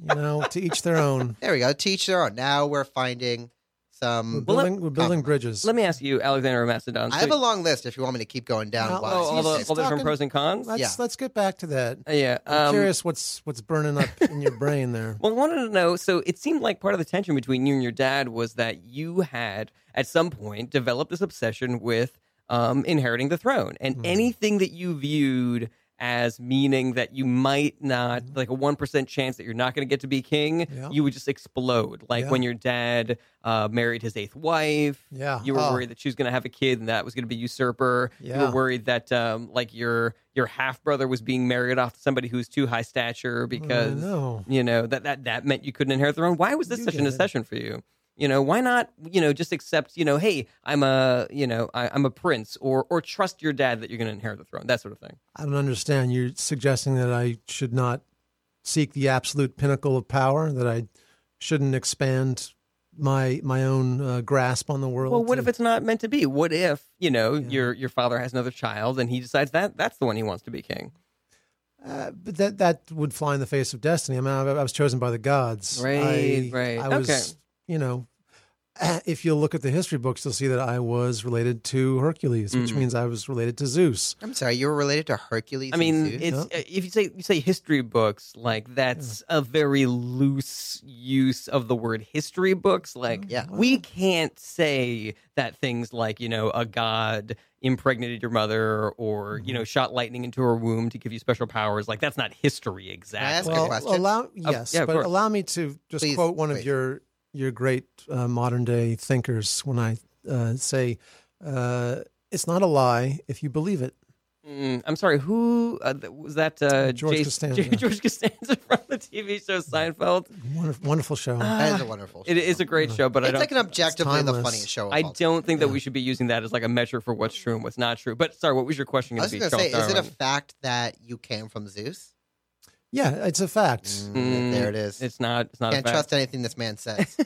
Speaker 5: You know, to each their
Speaker 6: (laughs)
Speaker 5: own.
Speaker 6: There we go. Teach their own. Now we're finding
Speaker 5: We're
Speaker 6: some.
Speaker 2: Well, let-
Speaker 5: building, we're building
Speaker 6: compromise.
Speaker 5: bridges.
Speaker 2: Let me ask you, Alexander of Macedon.
Speaker 6: I
Speaker 2: so-
Speaker 6: have a long list if you want me to keep going down.
Speaker 5: No,
Speaker 6: why.
Speaker 2: oh, all the, all
Speaker 5: He's
Speaker 2: the different
Speaker 5: talking-
Speaker 2: pros and cons.
Speaker 5: let's
Speaker 6: yeah.
Speaker 5: let's get back to that.
Speaker 2: Uh, yeah.
Speaker 5: I'm
Speaker 2: um,
Speaker 5: curious what's what's
Speaker 2: (laughs)
Speaker 5: burning up in your brain there.
Speaker 2: Well, I wanted to know. So it seemed like part of the tension between you and your dad was that you had, at some point, developed this obsession with um, inheriting the throne, and
Speaker 5: Mhm.
Speaker 2: anything that you viewed as meaning that you might not, like a one percent chance that you're not going to get to be king,
Speaker 5: Hmm. Yeah.
Speaker 2: you would just explode. Like
Speaker 5: Yeah.
Speaker 2: when your dad uh, married his eighth wife.
Speaker 5: Yeah.
Speaker 2: You were
Speaker 5: Oh.
Speaker 2: worried that she was going to have a kid, and that was going to be usurper. You
Speaker 5: Yeah.
Speaker 2: were worried that, um, like your your half brother was being married off to somebody who's too high stature because
Speaker 5: no.
Speaker 2: you know that that that meant you couldn't inherit the throne. Why was this
Speaker 5: You
Speaker 2: such an
Speaker 5: get it.
Speaker 2: obsession for you? You know, why not? You know, just accept. You know, hey, I'm a you know I, I'm a prince, or or trust your dad that you're going to inherit the throne, that sort of thing.
Speaker 5: I don't understand. You're suggesting that I should not seek the absolute pinnacle of power. That I shouldn't expand my my own uh, grasp on the world.
Speaker 2: Well, what
Speaker 5: to-
Speaker 2: if it's not meant to be? What if you know
Speaker 5: Yeah.
Speaker 2: your your father has another child and he decides that that's the one he wants to be king?
Speaker 5: Uh, but that that would fly in the face of destiny. I mean, I, I was chosen by the gods.
Speaker 2: Right,
Speaker 5: I,
Speaker 2: right.
Speaker 5: I was,
Speaker 2: Okay.
Speaker 5: you know, (clears throat) if you look at the history books, you'll see that I was related to Hercules, which
Speaker 2: Mhm.
Speaker 5: means I was related to Zeus.
Speaker 6: I'm sorry, you were related to Hercules.
Speaker 2: I mean,
Speaker 6: and Zeus?
Speaker 2: it's uh if you say you say history books, like that's a very loose use of the word history books. Like,
Speaker 6: Yeah.
Speaker 2: we can't say that things like you know a god impregnated your mother or you know shot lightning into her womb to give you special powers. Like that's not history
Speaker 6: ask
Speaker 2: exactly.
Speaker 6: a
Speaker 5: well,
Speaker 6: question?
Speaker 5: allow yes,
Speaker 2: yeah, of
Speaker 5: but
Speaker 2: course.
Speaker 5: allow me to just
Speaker 6: Please,
Speaker 5: quote one
Speaker 6: please.
Speaker 5: of your your great uh, modern day thinkers when I uh, say uh, it's not a lie if you believe it.
Speaker 2: Mm, I'm sorry. Who uh, th- was that? Uh,
Speaker 5: George
Speaker 2: Jace- (laughs)
Speaker 5: Costanza.
Speaker 2: George Costanza from the TV show Seinfeld.
Speaker 5: Wonderful, wonderful show.
Speaker 2: Uh,
Speaker 6: that is a wonderful.
Speaker 2: It is a great show, but I
Speaker 6: It's
Speaker 2: don't
Speaker 6: like an objectively the
Speaker 5: timeless.
Speaker 6: funniest show. of
Speaker 2: I
Speaker 6: all time.
Speaker 2: don't think that we should be using that as like a measure for what's true and what's not true. But sorry, what was your question
Speaker 6: I
Speaker 2: going to be?
Speaker 6: was going to say,
Speaker 2: Charles
Speaker 6: is it a
Speaker 2: Darwin?
Speaker 6: fact that you came from Zeus?
Speaker 5: yeah, it's a fact.
Speaker 6: Mm, there it is.
Speaker 2: It's not. It's not a
Speaker 6: Can't
Speaker 2: fact.
Speaker 6: trust anything this man says.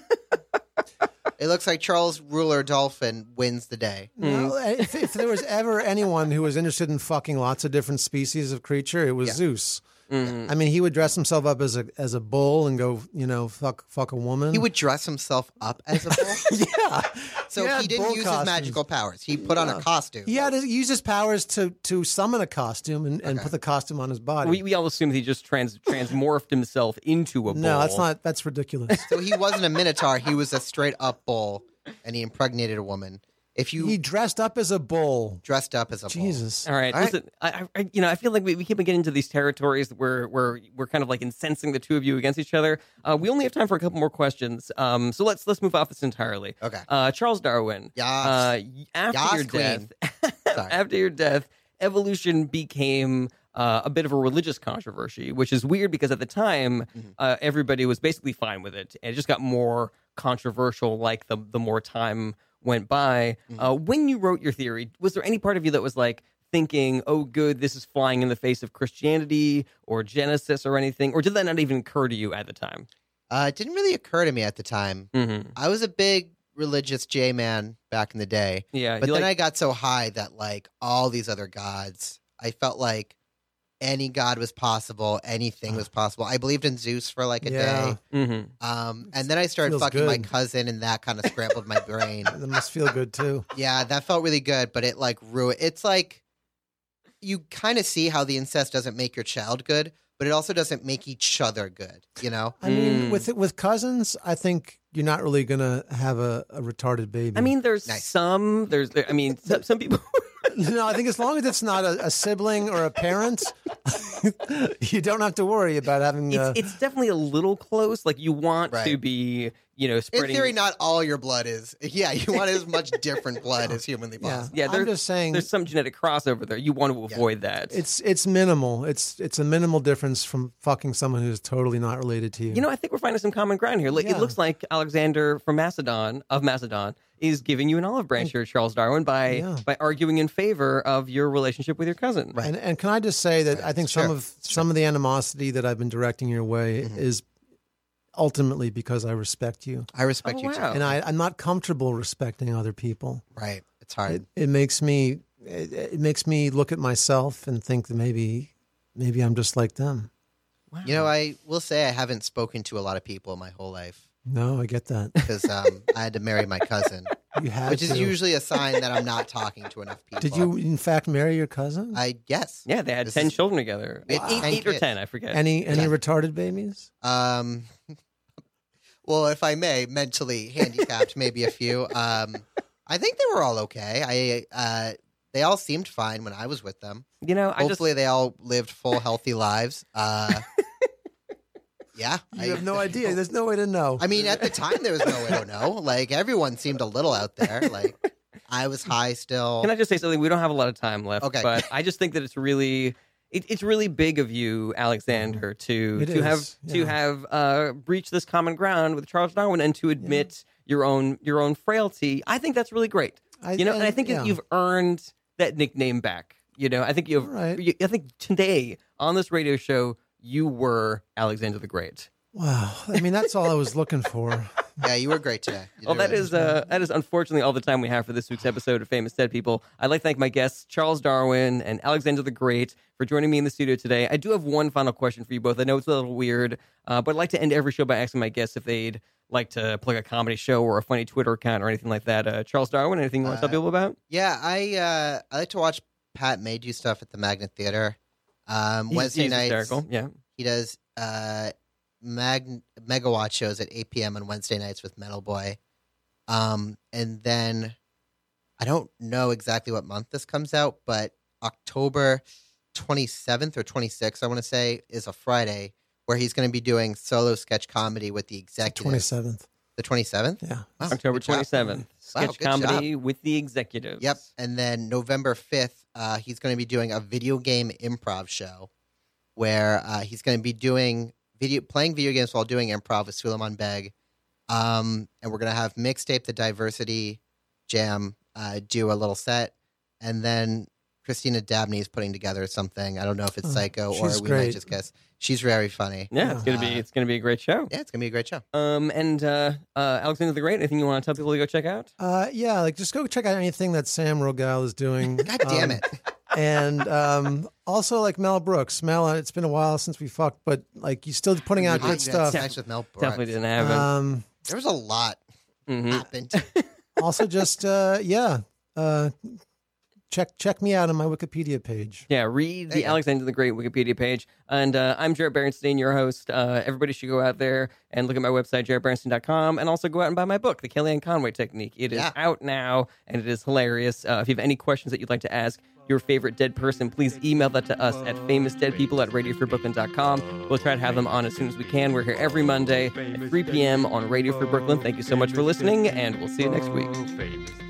Speaker 6: it looks like Charles Ruler Dolphin wins the day.
Speaker 2: Mm. (laughs)
Speaker 5: No, if, if there was ever anyone who was interested in fucking lots of different species of creature, it was
Speaker 6: Yeah.
Speaker 5: Zeus.
Speaker 2: Mhm.
Speaker 5: I mean, he would dress himself up as a as a bull and go, you know, fuck fuck a woman.
Speaker 6: He would dress himself up as a bull.
Speaker 5: (laughs) yeah.
Speaker 6: So
Speaker 5: Yeah,
Speaker 6: he didn't
Speaker 5: bull
Speaker 6: use
Speaker 5: costumes.
Speaker 6: his magical powers. He put on a costume.
Speaker 5: He had to use his powers to to summon a costume and, and put the costume on his body.
Speaker 2: We, we all assume that he just trans transmorphed himself into a bull.
Speaker 5: no, that's not.
Speaker 2: (laughs)
Speaker 5: That's ridiculous.
Speaker 6: So he wasn't a minotaur. He was a straight up bull, and he impregnated a woman. If you
Speaker 5: he dressed up as a bull.
Speaker 6: dressed up as a bull,
Speaker 5: Jesus.
Speaker 2: All right,
Speaker 6: All right.
Speaker 2: listen. I, I, you know, I feel like we, we keep getting into these territories where where we're kind of like incensing the two of you against each other. Uh, we only have time for a couple more questions, um, so let's let's move off this entirely.
Speaker 6: Okay.
Speaker 2: Uh, Charles Darwin.
Speaker 6: Yas.
Speaker 2: Uh, y- after
Speaker 6: Yas,
Speaker 2: your
Speaker 6: queen.
Speaker 2: death, (laughs)
Speaker 6: Sorry.
Speaker 2: after your death, evolution became. Uh, a bit of a religious controversy, which is weird because at the time
Speaker 6: Mm-hmm.
Speaker 2: uh, everybody was basically fine with it, and it just got more controversial. Like the the more time went by,
Speaker 6: Mm-hmm.
Speaker 2: uh, when you wrote your theory, was there any part of you that was like thinking, "Oh, good, this is flying in the face of Christianity or Genesis or anything," or did that not even occur to you at the time?
Speaker 6: uh, it didn't really occur to me at the time.
Speaker 2: Mm-hmm.
Speaker 6: I was a big religious J man back in the day,
Speaker 2: Yeah,
Speaker 6: but
Speaker 2: you
Speaker 6: then
Speaker 2: like-
Speaker 6: I got so high that like all these other gods, I felt like any god was possible, anything was possible. I believed in Zeus for like a
Speaker 5: Yeah.
Speaker 6: day,
Speaker 2: Mhm.
Speaker 6: um, and then I started
Speaker 5: Feels
Speaker 6: fucking my
Speaker 5: good.
Speaker 6: cousin, and that kind of scrambled my brain.
Speaker 5: That must feel good too.
Speaker 6: Yeah, that felt really good, but it like ruined. It's like you kind of see how the incest doesn't make your child good, but it also doesn't make each other good. You know?
Speaker 5: I mean,
Speaker 2: Mm.
Speaker 5: with with cousins, I think you're not really gonna have a, a retarded baby.
Speaker 2: I mean, there's
Speaker 6: Nice.
Speaker 2: some. There's, there, I mean, some, some people. (laughs)
Speaker 5: no, I think as long as it's not a, a sibling or a parent, (laughs) you don't have to worry about having. uh,
Speaker 2: It's, it's definitely a little close. Like you want to
Speaker 6: Right.
Speaker 2: be, you know,
Speaker 6: In
Speaker 2: spreading.
Speaker 6: theory, not all your blood is. (laughs) Yeah, you want as much different blood as humanly
Speaker 5: yeah,
Speaker 6: possible.
Speaker 2: yeah,
Speaker 5: I'm
Speaker 2: there-
Speaker 5: just saying
Speaker 2: there's some genetic crossover there. You want to avoid that.
Speaker 5: it's it's minimal. It's it's a minimal difference from fucking someone who's totally not related to you.
Speaker 2: you know, I think we're finding some common ground here. Like,
Speaker 5: Yeah.
Speaker 2: It looks like Alexander from Macedon of Macedon is giving you an olive branch here, Charles Darwin, by
Speaker 5: Yeah.
Speaker 2: by arguing in favor of your relationship with your cousin. Right.
Speaker 5: And, and can I just say that I think some
Speaker 6: Sure.
Speaker 5: of some of the animosity that I've been directing your way is ultimately because I respect you,
Speaker 6: I respect
Speaker 2: Oh,
Speaker 6: you, too.
Speaker 2: wow.
Speaker 5: and I, I'm not comfortable respecting other people.
Speaker 6: right? It's hard.
Speaker 5: It, it makes me it, it makes me look at myself and think that maybe maybe I'm just like them.
Speaker 6: you
Speaker 5: Uh-huh.
Speaker 6: know, I will say I haven't spoken to a lot of people my whole life
Speaker 5: No, I get that.
Speaker 6: because um, I had to marry my
Speaker 5: (laughs)
Speaker 6: cousin, (laughs)
Speaker 5: You had
Speaker 6: which is
Speaker 5: to.
Speaker 6: usually a sign that I'm not talking to enough people.
Speaker 5: Did you in fact marry your cousin?
Speaker 6: I yes.
Speaker 2: Yeah, they had
Speaker 6: This
Speaker 2: ten
Speaker 6: is-
Speaker 2: children together.
Speaker 6: Wow.
Speaker 2: Eight, eight or
Speaker 6: Thank you.
Speaker 2: ten, I forget.
Speaker 5: any any
Speaker 6: Yeah.
Speaker 5: retarded babies?
Speaker 6: Um, (laughs) well, if I may, mentally handicapped, maybe a few. Um, I think they were all okay. I uh, they all seemed fine when I was with them.
Speaker 2: you know, I just
Speaker 6: Hopefully, they all lived full, healthy lives.
Speaker 5: (laughs)
Speaker 6: Uh, yeah, I-
Speaker 5: You have
Speaker 6: (laughs)
Speaker 5: no idea. There's no way to know.
Speaker 6: I mean, at the time, there was no way to know. Like everyone seemed a little out there. Like I was high still.
Speaker 2: Can I just say something? We don't have a lot of time left.
Speaker 6: Okay.
Speaker 2: But I just think that it's really. It, it's really big of you, Alexander, to
Speaker 5: It
Speaker 2: to have
Speaker 5: is,
Speaker 2: to
Speaker 5: yeah.
Speaker 2: have uh, breached this common ground with Charles Darwin and to admit your own your own frailty. I think that's really great.
Speaker 5: I-
Speaker 2: you know, and I
Speaker 5: and-
Speaker 2: think
Speaker 5: yeah.
Speaker 2: that you've earned that nickname back. You know, I think you've.
Speaker 5: Right.
Speaker 2: you- I think today on this radio show, you were Alexander the Great.
Speaker 5: wow. I mean, that's all I was looking
Speaker 6: (laughs)
Speaker 5: for.
Speaker 6: yeah, you were great today. You
Speaker 2: Well,
Speaker 6: did
Speaker 2: that
Speaker 6: really-
Speaker 2: is uh, that is unfortunately all the time we have for this week's episode of Famous Dead People. I'd like to thank my guests Charles Darwin and Alexander the Great for joining me in the studio today. I do have one final question for you both. I know it's a little weird, uh, but I'd like to end every show by asking my guests if they'd like to plug a comedy show or a funny Twitter account or anything like that. Uh, Charles Darwin, anything you want to tell
Speaker 6: Uh,
Speaker 2: people about?
Speaker 6: Yeah, I uh, I like to watch Pat Maydew stuff at the Magnet Theater. Um,
Speaker 2: He's-
Speaker 6: Wednesday
Speaker 2: he's
Speaker 6: nights
Speaker 2: hysterical. Yeah.
Speaker 6: he does uh, mag- megawatt shows at 8 p.m. on Wednesday nights with Metal Boy, um, and then I don't know exactly what month this comes out, but October 27th or 26th, I want to say, is a Friday where he's going to be doing solo sketch comedy with the
Speaker 5: Twenty
Speaker 6: executives.
Speaker 5: seventh.
Speaker 6: The 27th,
Speaker 5: Yeah.
Speaker 6: Wow,
Speaker 2: October
Speaker 6: good job.
Speaker 2: 27th.
Speaker 6: Wow,
Speaker 2: Sketch
Speaker 6: good job.
Speaker 2: comedy with the executives.
Speaker 6: Yep. And then November 5th, uh, he's going to be doing a video game improv show where uh, he's going to be doing video playing video games while doing improv with Suleiman Beg. Um, and we're going to have mixtape the diversity jam uh, do a little set. And then Christina Dabney is putting together something. I don't know if it's
Speaker 5: Oh,
Speaker 6: Psycho or
Speaker 5: she's
Speaker 6: we
Speaker 5: great.
Speaker 6: might just guess. She's very funny.
Speaker 2: Yeah, it's gonna be
Speaker 6: Uh,
Speaker 2: it's gonna be a great show.
Speaker 6: Yeah, it's gonna be a great show.
Speaker 2: Um, and uh, uh, Alexander the Great. Anything you want to tell people to go check out?
Speaker 5: Uh, yeah, like just go check out anything that Sam Rogal is doing.
Speaker 6: (laughs) God
Speaker 5: Um,
Speaker 6: damn it!
Speaker 5: And um, also like Mel Brooks. Mel, uh, it's been a while since we fucked, but like he's still putting out
Speaker 6: I
Speaker 5: good
Speaker 6: had
Speaker 5: stuff.
Speaker 6: sex with Mel Brooks.
Speaker 2: Definitely didn't have it.
Speaker 5: Um,
Speaker 6: There was a lot
Speaker 2: Mhm.
Speaker 6: happened.
Speaker 5: also, just uh, yeah, uh, check check me out on my Wikipedia page.
Speaker 2: Yeah, read
Speaker 6: There
Speaker 2: the
Speaker 6: you go.
Speaker 2: Alexander the Great Wikipedia page. And uh, I'm Jared Berenstein, your host. Uh, everybody should go out there and look at my website, jaredberenstein.com, and also go out and buy my book, The Kellyanne Conway Technique. It is
Speaker 6: Yeah.
Speaker 2: out now, and it is hilarious. Uh, if you have any questions that you'd like to ask your favorite dead person, please email that to us at famousdeadpeople at radioforbrooklyn.com. We'll try to have them on as soon as we can. We're here every Monday at 3 p.m. on Radio for Brooklyn. Thank you so much for listening, and we'll see you next week.
Speaker 4: Famous